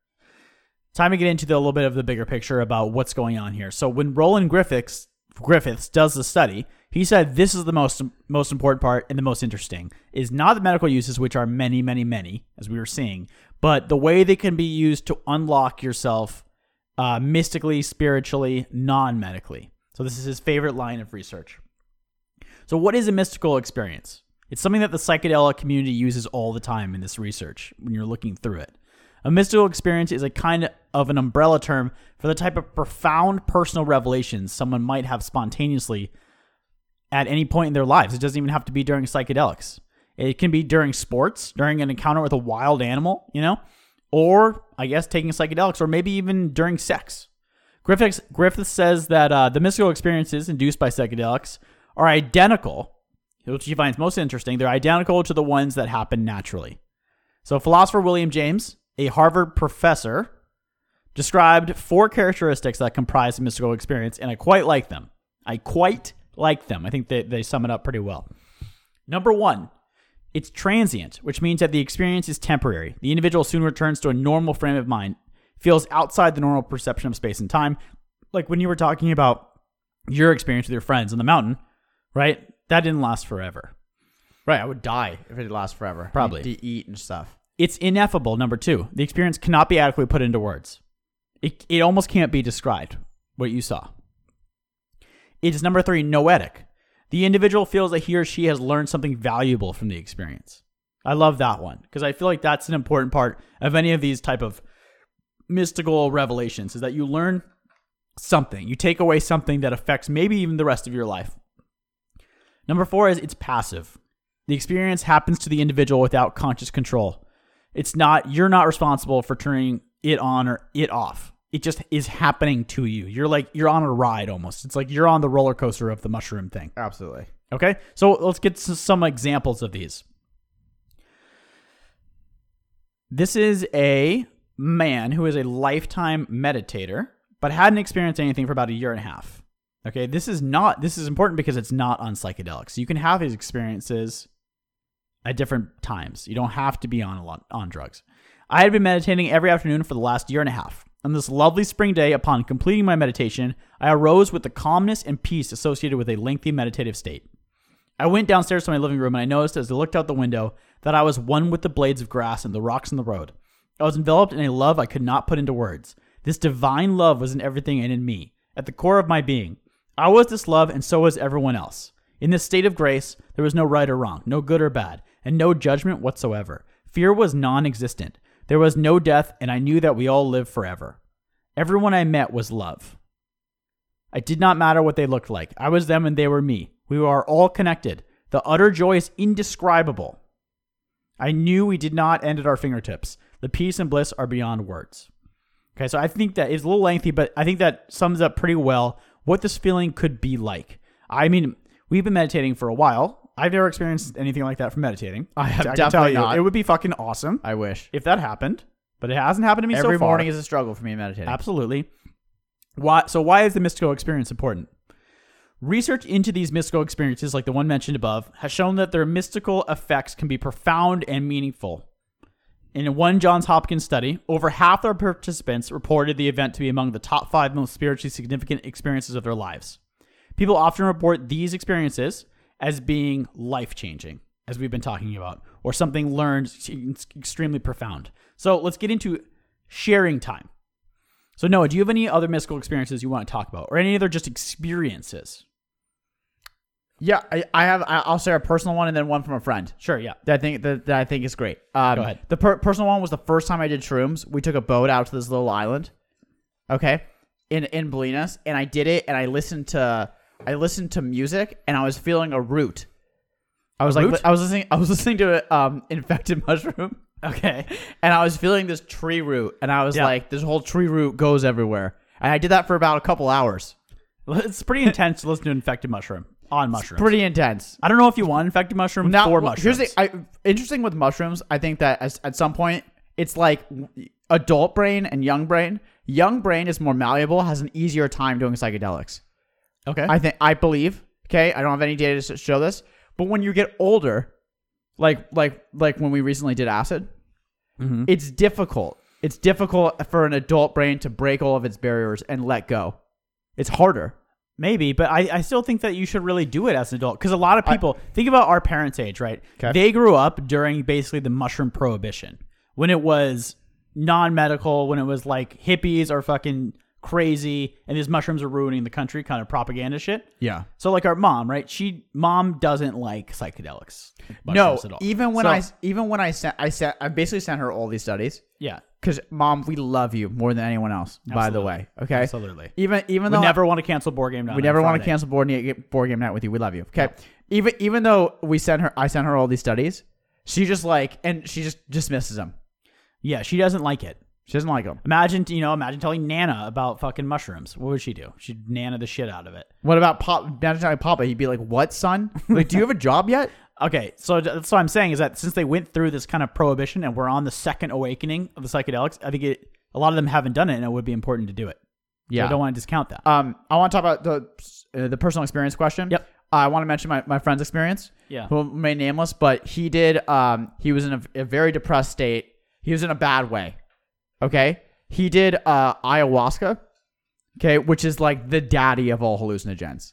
Speaker 4: Time to get into the, a little bit of the bigger picture about what's going on here. So when Roland Griffiths Griffiths does the study, he said this is the most most important part and the most interesting is not the medical uses which are many many many as we were seeing, but the way they can be used to unlock yourself uh, mystically, spiritually, non medically. So, this is his favorite line of research. So, what is a mystical experience? It's something that the psychedelic community uses all the time in this research when you're looking through it. A mystical experience is a kind of an umbrella term for the type of profound personal revelations someone might have spontaneously at any point in their lives. It doesn't even have to be during psychedelics. It can be during sports, during an encounter with a wild animal, you know, or I guess taking psychedelics, or maybe even during sex. Griffiths, Griffith says that uh, the mystical experiences induced by psychedelics are identical, which he finds most interesting. They're identical to the ones that happen naturally. So, philosopher William James, a Harvard professor, described four characteristics that comprise the mystical experience, and I quite like them. I quite like them. I think they, they sum it up pretty well. Number one, it's transient, which means that the experience is temporary. The individual soon returns to a normal frame of mind, feels outside the normal perception of space and time. Like when you were talking about your experience with your friends on the mountain, right? That didn't last forever.
Speaker 1: Right, I would die if it lasts forever.
Speaker 4: Probably.
Speaker 1: Need to eat and stuff.
Speaker 4: It's ineffable, number two. The experience cannot be adequately put into words. It, it almost can't be described, what you saw. It is number three, noetic. The individual feels that he or she has learned something valuable from the experience. I love that one because I feel like that's an important part of any of these type of mystical revelations is that you learn something. You take away something that affects maybe even the rest of your life. Number four is it's passive. The experience happens to the individual without conscious control. It's not, you're not responsible for turning it on or it off. It just is happening to you. You're like, you're on a ride almost. It's like you're on the roller coaster of the mushroom thing.
Speaker 1: Absolutely.
Speaker 4: Okay, so let's get to some examples of these. This is a man who is a lifetime meditator, but hadn't experienced anything for about a year and a half. Okay, this is not, this is important because it's not on psychedelics. You can have these experiences at different times. You don't have to be on a lot on drugs. I had been meditating every afternoon for the last year and a half. On this lovely spring day, upon completing my meditation, I arose with the calmness and peace associated with a lengthy meditative state. I went downstairs to my living room and I noticed as I looked out the window that I was one with the blades of grass and the rocks in the road. I was enveloped in a love I could not put into words. This divine love was in everything and in me, at the core of my being. I was this love and so was everyone else. In this state of grace, there was no right or wrong, no good or bad, and no judgment whatsoever. Fear was non existent. There was no death, and I knew that we all live forever. Everyone I met was love. It did not matter what they looked like. I was them and they were me. We are all connected. The utter joy is indescribable. I knew we did not end at our fingertips. The peace and bliss are beyond words. Okay, so I think that it's a little lengthy, but I think that sums up pretty well what this feeling could be like. I mean, we've been meditating for a while. I've never experienced anything like that from meditating. I
Speaker 1: have
Speaker 4: can
Speaker 1: definitely
Speaker 4: tell you,
Speaker 1: not.
Speaker 4: It would be fucking awesome
Speaker 1: I wish.
Speaker 4: if that happened, but it hasn't happened to me
Speaker 1: Every
Speaker 4: so far.
Speaker 1: morning is a struggle for me meditating.
Speaker 4: Absolutely. Why? So why is the mystical experience important? Research into these mystical experiences, like the one mentioned above, has shown that their mystical effects can be profound and meaningful. In one Johns Hopkins study, over half their participants reported the event to be among the top five most spiritually significant experiences of their lives. People often report these experiences as being life changing, as we've been talking about, or something learned extremely profound. So let's get into sharing time. So Noah, do you have any other mystical experiences you want to talk about, or any other just experiences?
Speaker 1: Yeah, I, I have. I- I'll share a personal one and then one from a friend.
Speaker 4: Sure, yeah.
Speaker 1: that I think that, that I think is great. Um,
Speaker 4: Go ahead.
Speaker 1: The per- personal one was the first time I did shrooms. We took a boat out to this little island, okay, in in Bolinas, and I did it. And I listened to I listened to music, and I was feeling a root. I was like,
Speaker 4: root?
Speaker 1: I was listening. I was listening to um, infected mushroom,
Speaker 4: Okay.
Speaker 1: and I was feeling this tree root, and I was
Speaker 4: Yeah.
Speaker 1: like, this whole tree root goes everywhere. And I did that for about a couple hours.
Speaker 4: It's pretty intense to listen to infected mushroom on mushrooms.
Speaker 1: Pretty intense.
Speaker 4: I don't know if you want infected mushroom
Speaker 1: Now,
Speaker 4: for
Speaker 1: well,
Speaker 4: mushrooms.
Speaker 1: Here's the I, interesting with mushrooms. I think that as, at some point, it's like w- adult brain and young brain. Young brain is more malleable, has an easier time doing psychedelics.
Speaker 4: okay.
Speaker 1: I think I believe. Okay, I don't have any data to s- show this, but when you get older, like like like when we recently did acid,
Speaker 4: Mm-hmm.
Speaker 1: it's difficult. It's difficult for an adult brain to break all of its barriers and let go. It's harder.
Speaker 4: Maybe, but I, I still think that you should really do it as an adult because a lot of people think about our parents' age, right? They grew up during basically the mushroom prohibition when it was non medical, when it was like hippies are fucking crazy and these mushrooms are ruining the country kind of propaganda shit.
Speaker 1: Yeah.
Speaker 4: So like our mom, right? She mom doesn't like psychedelics. like
Speaker 1: No,
Speaker 4: mushrooms at all.
Speaker 1: even when
Speaker 4: So-
Speaker 1: I even when I sent I sent I basically sent her all these studies.
Speaker 4: yeah,
Speaker 1: because mom, we love you more than anyone else. By the
Speaker 4: Absolutely.
Speaker 1: way, okay,
Speaker 4: Absolutely.
Speaker 1: Even even
Speaker 4: we
Speaker 1: though
Speaker 4: never want to cancel board game. Night
Speaker 1: we
Speaker 4: on
Speaker 1: never want to
Speaker 4: Friday.
Speaker 1: cancel board, ne- board game night with you. We love you. Okay, even even though we sent her, I sent her all these studies. She just like and she just dismisses them.
Speaker 4: Yeah, she doesn't like it.
Speaker 1: She doesn't like them.
Speaker 4: Imagine, you know, imagine telling Nana about fucking mushrooms. What would she do? She'd Nana the shit out of it.
Speaker 1: What about Pop? Imagine telling Papa, he'd be like, "What, son? Like, do you have a job yet?"
Speaker 4: Okay, so that's what I'm saying is that since they went through this kind of prohibition and we're on the second awakening of the psychedelics, I think it, a lot of them haven't done it, and it would be important to do it. So I don't want to discount that.
Speaker 1: Um, I want to talk about the uh, the personal experience question.
Speaker 4: Yep.
Speaker 1: I want to mention my, my friend's experience.
Speaker 4: Yeah.
Speaker 1: Who remain nameless, but he did. Um, he was in a, a very depressed state. He was in a bad way. Okay. He did uh, ayahuasca. Okay, which is like the daddy of all hallucinogens.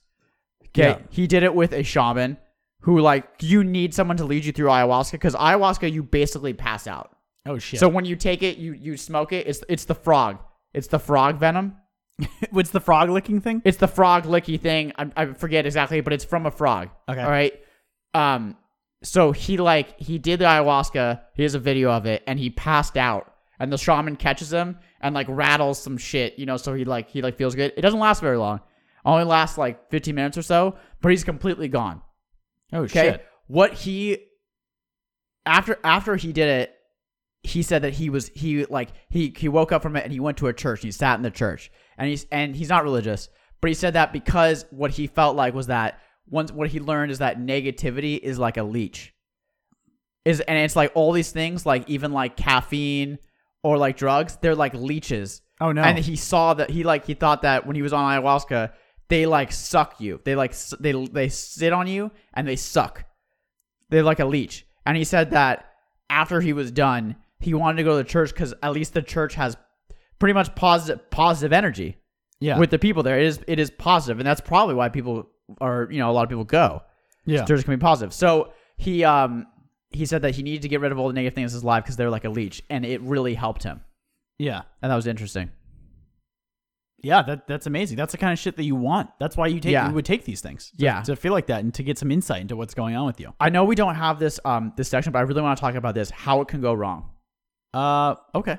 Speaker 1: Okay.
Speaker 4: Yeah.
Speaker 1: He did it with a shaman who like you need someone to lead you through ayahuasca because ayahuasca you basically pass out.
Speaker 4: oh shit!
Speaker 1: So
Speaker 4: So
Speaker 1: when you take it, you you smoke it. It's it's the frog. It's the frog venom.
Speaker 4: what's the frog licking thing?
Speaker 1: It's the frog licky thing. I, I forget exactly, but it's from a frog.
Speaker 4: Okay.
Speaker 1: All right. Um. So he like he did the ayahuasca. Here's a video of it, and he passed out. And the shaman catches him and like rattles some shit, you know. So he like he like feels good. It doesn't last very long. Only lasts like 15 minutes or so, but he's completely gone.
Speaker 4: oh
Speaker 1: Okay. What he after after he did it, he said that he was he like he he woke up from it and he went to a church and he sat in the church and he's and he's not religious, but he said that because what he felt like was that once what he learned is that negativity is like a leech. Is and it's like all these things like even like caffeine or like drugs, they're like leeches.
Speaker 4: Oh, no.
Speaker 1: And he saw that he like he thought that when he was on ayahuasca, they like suck you. They like s- they they sit on you and they suck. They're like a leech. And he said that after he was done, he wanted to go to the church because at least the church has pretty much positive positive energy
Speaker 4: Yeah.
Speaker 1: with the people there. It is it is positive, and that's probably why people are you know a lot of people go.
Speaker 4: yeah.
Speaker 1: Church can be positive. So he um he said that he needed to get rid of all the negative things in his life because they're like a leech, and it really helped him.
Speaker 4: Yeah.
Speaker 1: And that was interesting.
Speaker 4: Yeah, that that's amazing. That's the kind of shit that you want. That's why you take
Speaker 1: Yeah.
Speaker 4: you would take these things. To,
Speaker 1: Yeah.
Speaker 4: To feel like that and to get some insight into what's going on with you.
Speaker 1: I know we don't have this um this section, but I really want to talk about this how it can go wrong.
Speaker 4: Uh okay.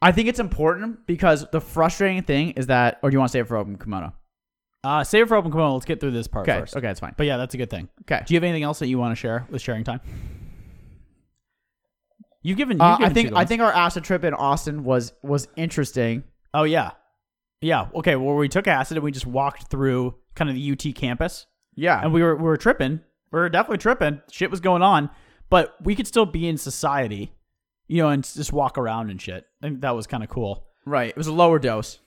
Speaker 1: I think it's important because the frustrating thing is that, or do you want to save it for open kimono?
Speaker 4: Uh save it for open kimono. Let's get through this part
Speaker 1: Okay,
Speaker 4: first.
Speaker 1: okay, that's fine.
Speaker 4: But yeah, that's a good thing.
Speaker 1: Okay,
Speaker 4: Do you have anything else that you want to share with sharing time? You've given. You've
Speaker 1: uh, I
Speaker 4: given
Speaker 1: think
Speaker 4: two
Speaker 1: I
Speaker 4: ones.
Speaker 1: think our acid trip in Austin was was interesting.
Speaker 4: Oh yeah, yeah. Okay. Well, we took acid and we just walked through kind of the UT campus,
Speaker 1: Yeah,
Speaker 4: and we were we were tripping. We were definitely tripping. Shit was going on, but we could still be in society, you know, and s- just walk around and shit. I think that was kind of cool.
Speaker 1: right. It was a lower dose.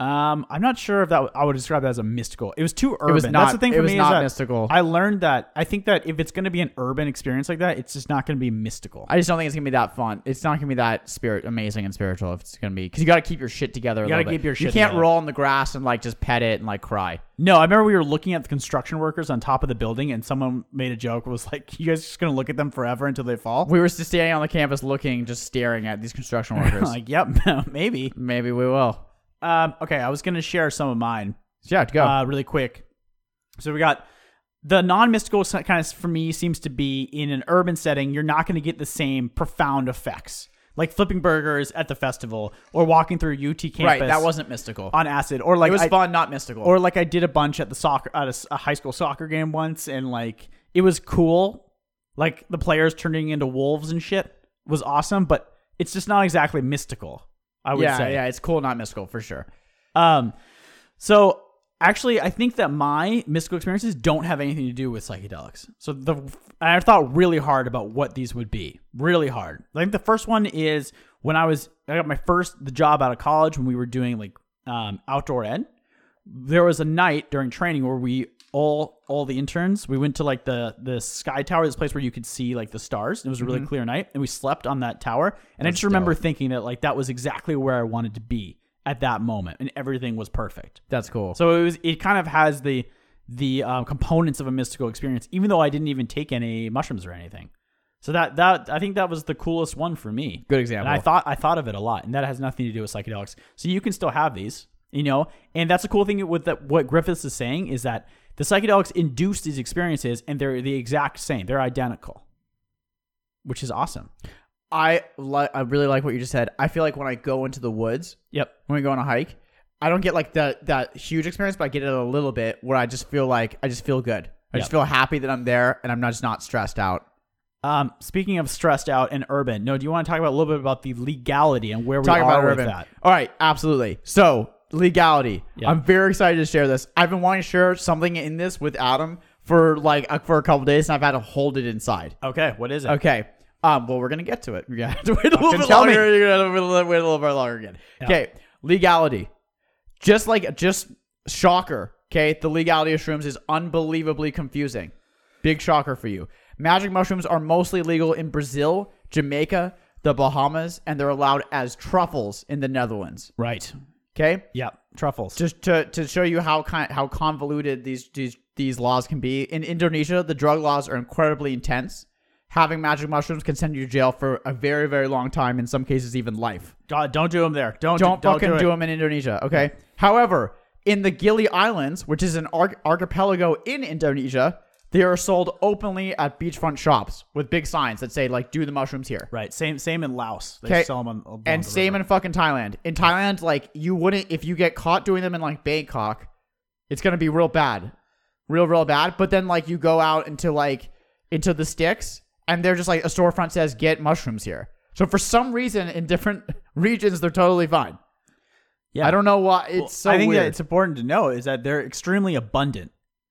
Speaker 4: Um, I'm not sure if that w- I would describe that as a mystical. It was too urban.
Speaker 1: It was not.
Speaker 4: That's the thing
Speaker 1: it
Speaker 4: for
Speaker 1: was
Speaker 4: me
Speaker 1: not
Speaker 4: is that
Speaker 1: mystical. I,
Speaker 4: I learned that. I think that if it's going to be an urban experience like that, it's just not going to be mystical.
Speaker 1: just don't think it's gonna be that fun. It's not gonna be that spirit amazing and spiritual. If it's gonna be because you got to keep your shit together. a
Speaker 4: You gotta
Speaker 1: little bit.
Speaker 4: keep your
Speaker 1: You
Speaker 4: shit
Speaker 1: can't
Speaker 4: together.
Speaker 1: roll on the grass and like just pet it and like cry.
Speaker 4: No, I remember we were looking at the construction workers on top of the building, and someone made a joke was like, "You guys just gonna look at them forever until they fall?"
Speaker 1: We were just standing on the campus, looking, just staring at these construction workers.
Speaker 4: like, yep, maybe.
Speaker 1: Maybe we will.
Speaker 4: Um, okay, I was gonna share some of mine
Speaker 1: So yeah, go.
Speaker 4: uh, really quick. So we got the non-mystical si- kind of for me seems to be in an urban setting. You're not gonna get the same profound effects like flipping burgers at the festival or walking through UT campus.
Speaker 1: right, that wasn't mystical.
Speaker 4: on acid or like
Speaker 1: it was
Speaker 4: I-
Speaker 1: fun, not mystical.
Speaker 4: or like I did a bunch at the soccer at a s- a, high school soccer game once, and like it was cool. Like the players turning into wolves and shit was awesome, but it's just not exactly mystical. I would
Speaker 1: yeah,
Speaker 4: say.
Speaker 1: yeah, it's cool, not mystical for sure.
Speaker 4: Um. So actually, I think that my mystical experiences don't have anything to do with psychedelics. So the I thought really hard about what these would be. Really hard. I think the first one is when I was I got my first the job out of college when we were doing like um, outdoor ed there was a night during training where we all all the interns we went to like the the sky tower this place where you could see like the stars and it was a
Speaker 1: Mm-hmm.
Speaker 4: really clear night and we slept on that tower and i just remember thinking that like that was exactly where i wanted to be at that moment and everything was perfect
Speaker 1: That's cool.
Speaker 4: so it was it kind of has the the um, components of a mystical experience even though i didn't even take any mushrooms or anything so that that i think that was the coolest one for me
Speaker 1: Good example.
Speaker 4: and I thought I thought of it a lot, and that has nothing to do with psychedelics. So you can still have these, you know. And that's the cool thing with that. What Griffiths is saying is that the psychedelics induce these experiences, and they're the exact same. They're identical, which is awesome.
Speaker 1: I li- I really like what you just said. I feel like when I go into the woods,
Speaker 4: Yep.
Speaker 1: when we go on a hike, I don't get like that that huge experience, but I get it a little bit where I just feel like I just feel good. I just
Speaker 4: Yep.
Speaker 1: feel happy that I'm there and I'm not just not stressed out.
Speaker 4: Um, speaking of stressed out and urban, no, do you want to talk about a little bit about the legality and where we
Speaker 1: Talking
Speaker 4: are
Speaker 1: about
Speaker 4: with
Speaker 1: urban.
Speaker 4: that?
Speaker 1: All right, absolutely. So legality.
Speaker 4: Yeah.
Speaker 1: I'm very excited to share this. I've been wanting to share something in this with Adam for like a, for a couple days, and I've had to hold it inside.
Speaker 4: Okay, what is it?
Speaker 1: Okay. Um, well, we're gonna get to it. You're gonna have to wait a little bit
Speaker 4: tell me.
Speaker 1: longer. You're gonna have to wait a little- wait a little bit longer again. Okay, legality. Just like just shocker. Okay, the legality of shrooms is unbelievably confusing. Big shocker for you. Magic mushrooms are mostly legal in Brazil, Jamaica, the Bahamas, and they're allowed as truffles in the Netherlands.
Speaker 4: Right.
Speaker 1: Okay,
Speaker 4: Yeah. Truffles.
Speaker 1: just to, to show you how kind how convoluted these, these these laws can be. In Indonesia, the drug laws are incredibly intense. Having magic mushrooms can send you to jail for a very very long time. In some cases, even life.
Speaker 4: God, don't do them there. Don't
Speaker 1: Don't,
Speaker 4: do,
Speaker 1: fucking do,
Speaker 4: do, it.
Speaker 1: them in Indonesia. Okay. However, in the Gili Islands, which is an arch- archipelago in Indonesia, they are sold openly at beachfront shops with big signs that say like "Do the mushrooms here."
Speaker 4: Right. Same. Same in Laos. They
Speaker 1: Okay.
Speaker 4: sell them on. along
Speaker 1: and
Speaker 4: the
Speaker 1: same
Speaker 4: river.
Speaker 1: in fucking Thailand. In Thailand, like you wouldn't if you get caught doing them in like Bangkok, it's gonna be real bad, real real bad. But then like you go out into like into the sticks, and they're just like a storefront says get mushrooms here. So for some reason, in different regions, they're totally fine.
Speaker 4: Yeah.
Speaker 1: I don't know why it's
Speaker 4: Well,
Speaker 1: so
Speaker 4: I think
Speaker 1: weird.
Speaker 4: that it's important to know is that they're extremely abundant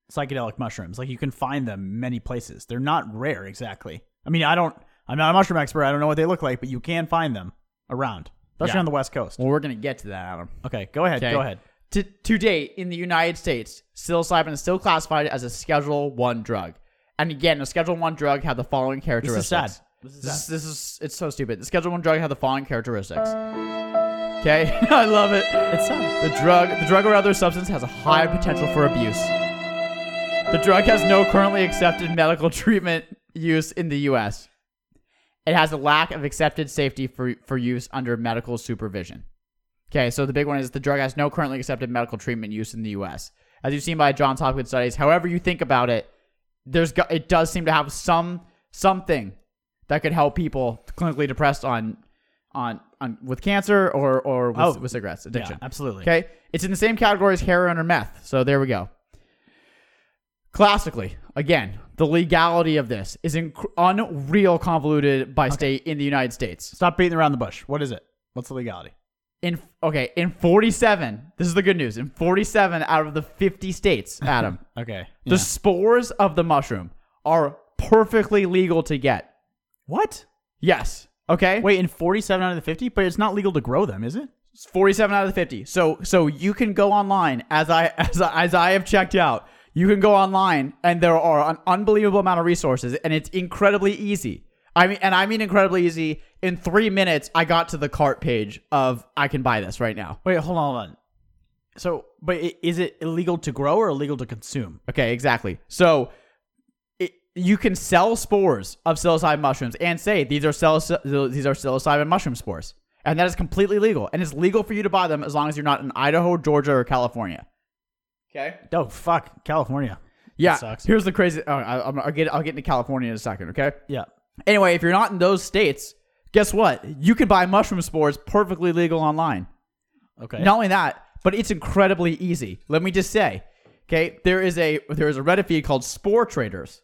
Speaker 4: psychedelic mushrooms. Like you can find them many places. They're not rare exactly. I mean, I don't. I'm not a mushroom expert. I don't know what they look like, but you can find them around, especially
Speaker 1: Yeah.
Speaker 4: on the West Coast.
Speaker 1: well, we're gonna get to that, Adam.
Speaker 4: Okay, go ahead.
Speaker 1: Okay.
Speaker 4: Go ahead.
Speaker 1: to, to date in the United States, psilocybin is still classified as a Schedule One drug. And again, a Schedule One drug had the following characteristics.
Speaker 4: sad.
Speaker 1: This is This, is it's so stupid. The Schedule One drug had the following characteristics. Okay, I love it.
Speaker 4: It's sad.
Speaker 1: The drug, the drug or other substance has a high potential for abuse. The drug has no currently accepted medical treatment use in the U.S. It has a lack of accepted safety for, for use under medical supervision. Okay, so the big one is the drug has no currently accepted medical treatment use in the U.S. As you've seen by Johns Hopkins studies, however you think about it, there's go- it does seem to have some something that could help people clinically depressed on on, on with cancer or or with,
Speaker 4: Oh,
Speaker 1: with cigarettes
Speaker 4: Yeah,
Speaker 1: addiction.
Speaker 4: absolutely.
Speaker 1: Okay. It's in the same category as heroin or meth. So there we go. Classically, again, the legality of this is inc- unreal convoluted by state in the United States.
Speaker 4: Stop beating around the bush. What is it? What's the legality?
Speaker 1: In okay, in 47, this is the good news. In 47 out of the 50 states, Adam,
Speaker 4: Okay.
Speaker 1: the spores of the mushroom are perfectly legal to get.
Speaker 4: What?
Speaker 1: Yes. Okay.
Speaker 4: Wait, in 47 out of the 50, but it's not legal to grow them, is it?
Speaker 1: It's 47 out of the 50. So so you can go online as I as I, as I have checked out. You can go online and there are an unbelievable amount of resources and it's incredibly easy. I mean and I mean incredibly easy. In 3 minutes I got to the cart page of I can buy this right now.
Speaker 4: Wait, hold on, hold on. So, but i- is it illegal to grow or illegal to consume?
Speaker 1: Okay, exactly. So it, you can sell spores of psilocybin mushrooms and say these are psilocy- these are psilocybin mushroom spores. And that is completely legal. And it's legal for you to buy them as long as you're not in Idaho, Georgia, or California. Okay.
Speaker 4: Oh, fuck. California.
Speaker 1: Yeah.
Speaker 4: sucks.
Speaker 1: Here's the crazy. Oh, I, I'm- I'll get I'll get into California in a second. Okay.
Speaker 4: Yeah.
Speaker 1: Anyway, if you're not in those states, guess what? You can buy mushroom spores perfectly legal online.
Speaker 4: Okay.
Speaker 1: Not only that, but it's incredibly easy. Let me just say, okay, there is a there is a Reddit feed called Spore Traders.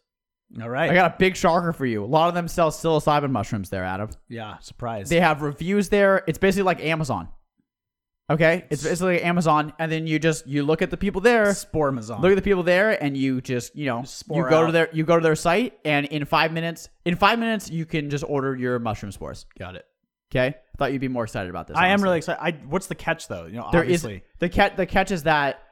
Speaker 4: All right.
Speaker 1: I got a big shocker for you. A lot of them sell psilocybin mushrooms there, Adam.
Speaker 4: yeah. Surprise.
Speaker 1: They have reviews there. It's basically like Amazon. Okay, it's basically like Amazon, and then you just you look at the people there.
Speaker 4: Spormazon.
Speaker 1: look at the people there and you just you know
Speaker 4: Spore
Speaker 1: you go to
Speaker 4: out.
Speaker 1: their you go to their site and in five minutes in five minutes you can just order your mushroom spores
Speaker 4: got it.
Speaker 1: okay i thought you'd be more excited about this
Speaker 4: I am
Speaker 1: honestly.
Speaker 4: really excited. I, what's the catch, though? You know,
Speaker 1: There is
Speaker 4: obviously.
Speaker 1: the catch the catch is that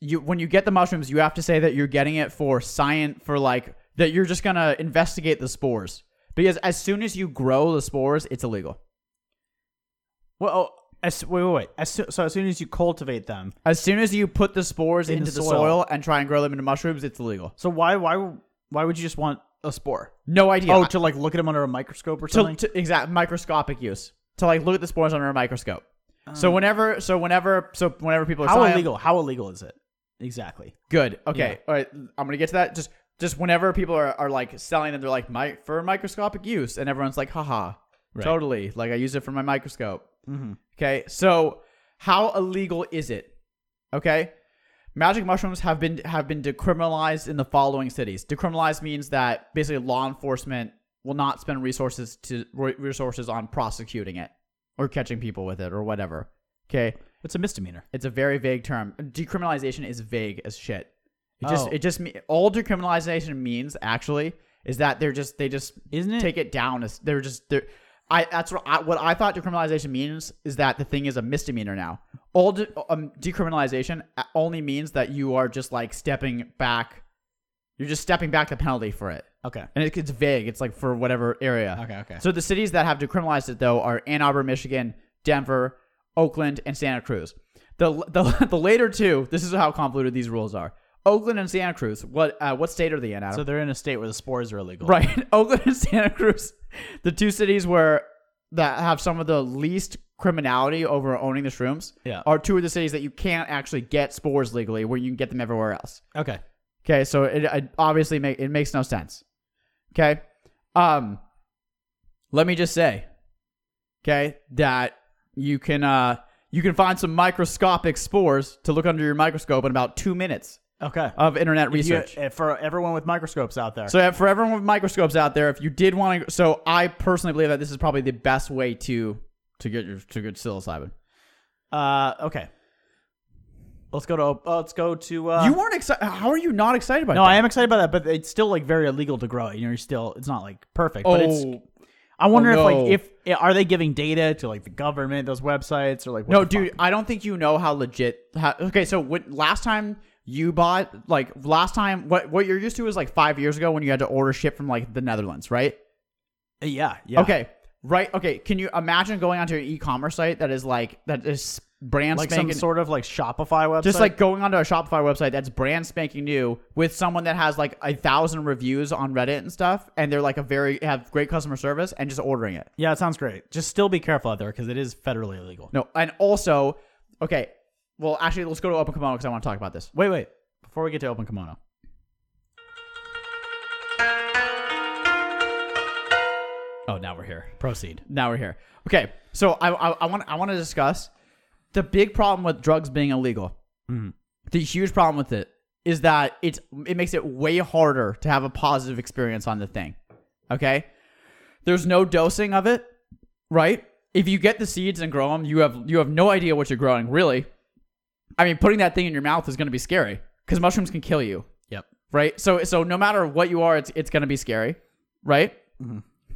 Speaker 1: you when you get the mushrooms you have to say that you're getting it for science for like that you're just gonna investigate the spores because as soon as you grow the spores it's illegal
Speaker 4: Well, oh, as, wait, wait, wait. As, soo- so, as soon as you cultivate them,
Speaker 1: as soon as you put the spores
Speaker 4: In
Speaker 1: into
Speaker 4: the
Speaker 1: the
Speaker 4: soil.
Speaker 1: soil and try and grow them into mushrooms it's illegal
Speaker 4: so why, why, why would you just want a spore?
Speaker 1: no idea
Speaker 4: Oh, to like look at them under a microscope or
Speaker 1: to,
Speaker 4: something?
Speaker 1: to exact microscopic use to like look at the spores under a microscope. so whenever, so whenever, so whenever people are
Speaker 4: Oh. How
Speaker 1: selling-
Speaker 4: illegal? How illegal is it? Exactly.
Speaker 1: good. Okay, all right. I'm gonna get to that. Just, just whenever people are, are like selling them, they're like my for microscopic use, and everyone's like, haha, totally. Like I use it for my microscope.
Speaker 4: Mhm.
Speaker 1: Okay, so how illegal is it? Okay, magic mushrooms have been have been decriminalized in the following cities. Decriminalized means that basically law enforcement will not spend resources to re- resources on prosecuting it or catching people with it or whatever. Okay,
Speaker 4: It's a misdemeanor.
Speaker 1: it's a very vague term. Decriminalization is vague as shit. It just
Speaker 4: Oh.
Speaker 1: it just me- all decriminalization means actually is that they're just they just
Speaker 4: Isn't it-
Speaker 1: take it down as they're just they're I that's what I, what I thought decriminalization means is that the thing is a misdemeanor now. All de, um, decriminalization uh, only means that you are just like stepping back. You're just stepping back the penalty for it,
Speaker 4: Okay.
Speaker 1: and it, it's vague. It's like for whatever area.
Speaker 4: Okay, okay.
Speaker 1: So the cities that have decriminalized it though are Ann Arbor, Michigan, Denver, Oakland, and Santa Cruz. The the, the later two, this is how convoluted these rules are. Oakland and Santa Cruz. What uh, what state are they in? Adam?
Speaker 4: So they're in a state where the spores are illegal.
Speaker 1: right, Oakland and Santa Cruz, the two cities where that have some of the least criminality over owning the shrooms.
Speaker 4: Yeah.
Speaker 1: are two of the cities that you can't actually get spores legally, where you can get them everywhere else.
Speaker 4: Okay.
Speaker 1: Okay, so it, it obviously make, it makes no sense. Okay, um, let me just say, okay, that you can uh you can find some microscopic spores to look under your microscope in about two minutes
Speaker 4: Okay.
Speaker 1: of internet
Speaker 4: You-
Speaker 1: Uh, research.
Speaker 4: uh, for everyone with microscopes out there.
Speaker 1: so for everyone with microscopes out there, if you did want to, so I personally believe that this is probably the best way to to get your to get psilocybin.
Speaker 4: uh, okay. Let's go to. op- Uh, let's go to. Uh,
Speaker 1: you weren't excited. How are you not excited about
Speaker 4: no,
Speaker 1: that?
Speaker 4: I am excited about that, but it's still like very illegal to grow it. You know, you're still. It's not like perfect,
Speaker 1: Oh,
Speaker 4: but it's. I wonder
Speaker 1: oh,
Speaker 4: if
Speaker 1: no.
Speaker 4: like if yeah, are they giving data to like the government, those websites, or like what
Speaker 1: No,
Speaker 4: the
Speaker 1: dude,
Speaker 4: fuck?
Speaker 1: I don't think you know how legit. How, okay, so when, last time you bought, like last time, what what you're used to is like five years ago when you had to order shit from like the Netherlands, right?
Speaker 4: Uh, Yeah, yeah.
Speaker 1: Okay, right. Okay, can you imagine going onto an e-commerce site that is like that is brand
Speaker 4: like some
Speaker 1: spanking,
Speaker 4: sort of like Shopify website.
Speaker 1: just like going onto a Shopify website that's brand spanking new with someone that has like a thousand reviews on Reddit and stuff, and they're like a very have great customer service and just ordering it.
Speaker 4: yeah, it sounds great. Just still be careful out there because it is federally illegal.
Speaker 1: No, and also, okay, well actually, let's go to Open Kimono because I want to talk about this.
Speaker 4: Wait, wait. Before we get to open kimono,
Speaker 1: Oh, now we're here.
Speaker 4: proceed.
Speaker 1: now we're here. Okay, so I I, I want I want to discuss the big problem with drugs being illegal. The huge problem with it is that it's it makes it way harder to have a positive experience on the thing. Okay, there's no dosing of it, right? If you get the seeds and grow them, you have you have no idea what you're growing really. I mean, putting that thing in your mouth is going to be scary because mushrooms can kill you
Speaker 4: Yep.
Speaker 1: right? So so no matter what you are, it's it's gonna be scary, right?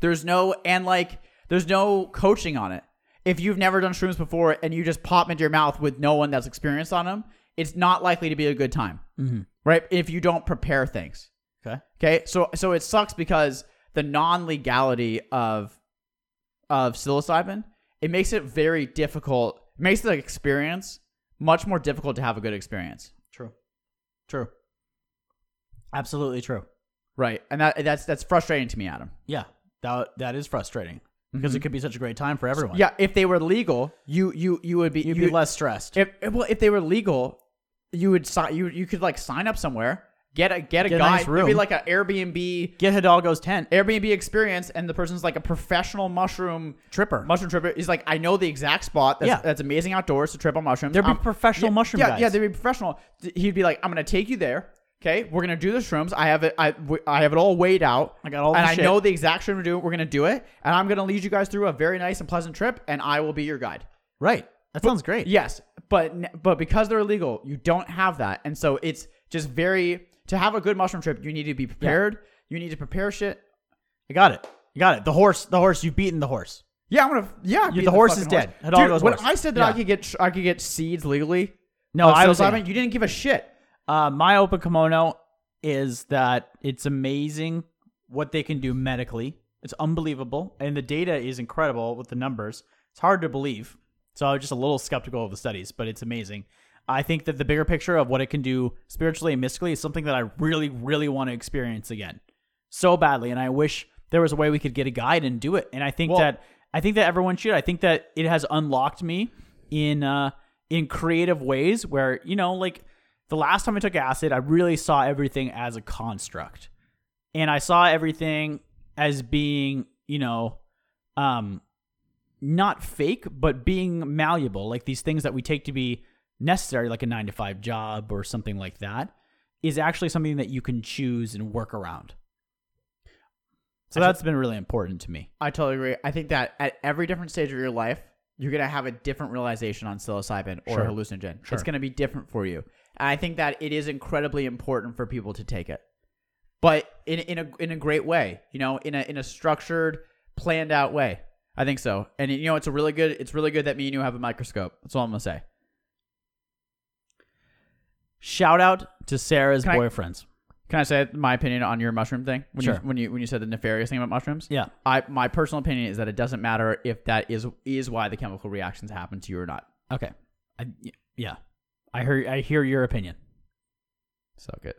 Speaker 1: There's no and like there's no coaching on it. If you've never done shrooms before and you just pop 'em into your mouth with no one that's experienced on them, it's not likely to be a good time, mm-hmm. right? If you don't prepare things,
Speaker 4: Okay.
Speaker 1: okay? So so it sucks because the non legality of of psilocybin it makes it very difficult, makes the experience much more difficult to have a good experience.
Speaker 4: True. True. Absolutely true.
Speaker 1: Right. And that that's that's frustrating to me, Adam.
Speaker 4: Yeah. That that is frustrating because it could be such a great time for everyone.
Speaker 1: Mm-hmm. Yeah, if they were legal, you you you would be
Speaker 4: You'd be
Speaker 1: you-
Speaker 4: less stressed.
Speaker 1: If, if- well, if they were legal, you would sign you you could like sign up somewhere, get a get a
Speaker 4: Get a
Speaker 1: guy,
Speaker 4: nice
Speaker 1: maybe
Speaker 4: room.
Speaker 1: like an Airbnb
Speaker 4: Get Hidalgo's tent.
Speaker 1: Airbnb experience, and the person's like a professional mushroom
Speaker 4: Tripper.
Speaker 1: mushroom tripper. He's like, I know the exact spot. That's,
Speaker 4: Yeah.
Speaker 1: that's amazing outdoors to trip on mushrooms.
Speaker 4: There'd be
Speaker 1: I'm-
Speaker 4: professional
Speaker 1: yeah,
Speaker 4: mushroom
Speaker 1: yeah,
Speaker 4: guys.
Speaker 1: Yeah, they'd be professional. Th- He'd be like, I'm gonna take you there. Okay, we're gonna do the shrooms. I have it. I, w- I have it all weighed out.
Speaker 4: I got all
Speaker 1: and
Speaker 4: the
Speaker 1: I
Speaker 4: shit.
Speaker 1: know the exact shroom to do. We're gonna do it, and I'm gonna lead you guys through a very nice and pleasant trip, and I will be your guide.
Speaker 4: right. That sounds great.
Speaker 1: Yes, but n- but because they're illegal, you don't have that, and so it's just very to have a good mushroom trip. You need to be prepared. You need to prepare shit.
Speaker 4: I got it. You got it. The horse. The horse. You've beaten the horse.
Speaker 1: Yeah, I'm gonna. Yeah, beat
Speaker 4: the horse
Speaker 1: fucking
Speaker 4: is dead.
Speaker 1: Dude,
Speaker 4: Hidalgo's
Speaker 1: when
Speaker 4: horse.
Speaker 1: I said that I
Speaker 4: Yeah.
Speaker 1: could get I could get seeds legally,
Speaker 4: No,
Speaker 1: of
Speaker 4: I was
Speaker 1: psilocybin,
Speaker 4: saying-
Speaker 1: you didn't give a shit.
Speaker 4: Uh, my open kimono is that it's amazing what they can do medically. It's unbelievable, and the data is incredible with the numbers. It's hard to believe, so I'm just a little skeptical of the studies, but it's amazing. I think that the bigger picture of what it can do spiritually and mystically is something that I really, really want to experience again, so badly, and I wish there was a way we could get a guide and do it. And I think
Speaker 1: Well-
Speaker 4: that I think that everyone should. I think that it has unlocked me in uh in creative ways where, you know, like the last time I took acid, I really saw everything as a construct. And I saw everything as being, you know, um not fake, but being malleable, like these things that we take to be necessary, like a nine to five job or something like that, is actually something that you can choose and work around. Does So that's been really important to me.
Speaker 1: I totally agree. I think that at every different stage of your life, you're gonna have a different realization on psilocybin or
Speaker 4: Sure.
Speaker 1: hallucinogen.
Speaker 4: Sure.
Speaker 1: It's gonna be different for you. And I think that it is incredibly important for people to take it, but in in a in a great way. You know, in a in a structured, planned out way. I think so. And you know, it's a really good. It's really good that me and you have a microscope. That's all I'm gonna say.
Speaker 4: Shout out to Sarah's
Speaker 1: Can I-
Speaker 4: boyfriends.
Speaker 1: Can I say my opinion on your mushroom thing? When
Speaker 4: Sure.
Speaker 1: You, when you when you said the nefarious thing about mushrooms,
Speaker 4: yeah.
Speaker 1: I my personal opinion is that it doesn't matter if that is is why the chemical reactions happen to you or not.
Speaker 4: Okay. I, y- yeah. I hear I hear your opinion.
Speaker 1: Suck it.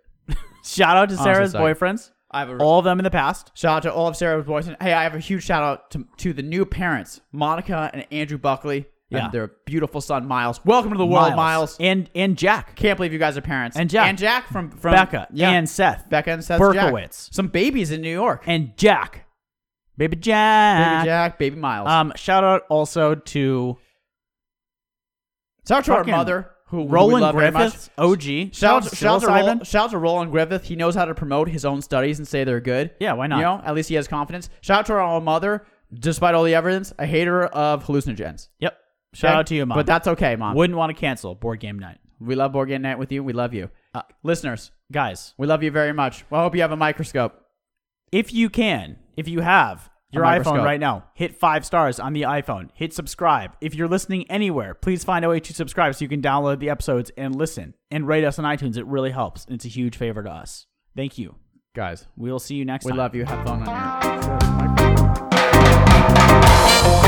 Speaker 4: Shout out to
Speaker 1: Honestly,
Speaker 4: Sarah's
Speaker 1: sorry.
Speaker 4: boyfriends.
Speaker 1: I have a
Speaker 4: All of them in the past.
Speaker 1: shout out to all of Sarah's boys. And hey, I have a huge shout out to, to the new parents, Monica and Andrew Buckley,
Speaker 4: Yeah.
Speaker 1: and their beautiful son Miles. Welcome to the world, Miles.
Speaker 4: And and Jack.
Speaker 1: Can't believe you guys are parents.
Speaker 4: And Jack.
Speaker 1: and Jack from from
Speaker 4: Becca
Speaker 1: yeah.
Speaker 4: and Seth.
Speaker 1: Becca and Seth
Speaker 4: Berkowitz.
Speaker 1: Jack. Some babies in New York.
Speaker 4: And Jack. Baby Jack.
Speaker 1: baby Jack, baby Miles.
Speaker 4: Um shout out also to
Speaker 1: shout out to our
Speaker 4: fucking
Speaker 1: mother who who we
Speaker 4: Roland
Speaker 1: love very much.
Speaker 4: Griffiths, OG.
Speaker 1: Shout out, shout, out to Roland,
Speaker 4: Psilocybin.
Speaker 1: shout out to Roland Griffith. He knows how to promote his own studies and say they're good.
Speaker 4: Yeah, why not?
Speaker 1: You know, at least he has confidence. Shout out to our own mother, despite all the evidence, a hater of hallucinogens.
Speaker 4: Yep. Shout
Speaker 1: Okay?
Speaker 4: out to you, mom.
Speaker 1: But that's okay, mom.
Speaker 4: wouldn't want to cancel board game night.
Speaker 1: we love board game night with you. We love you.
Speaker 4: Uh,
Speaker 1: Listeners,
Speaker 4: Guys,
Speaker 1: we love you very much. Well, I hope you have a microscope.
Speaker 4: if you can, if you have your iPhone
Speaker 1: microscope.
Speaker 4: right now, hit five stars on the iPhone. Hit subscribe. If you're listening anywhere, please find a way to subscribe so you can download the episodes and listen and rate us on iTunes. It really helps. and It's a huge favor to us. Thank you.
Speaker 1: Guys,
Speaker 4: We'll see you next
Speaker 1: we
Speaker 4: time.
Speaker 1: love you. Have fun on your.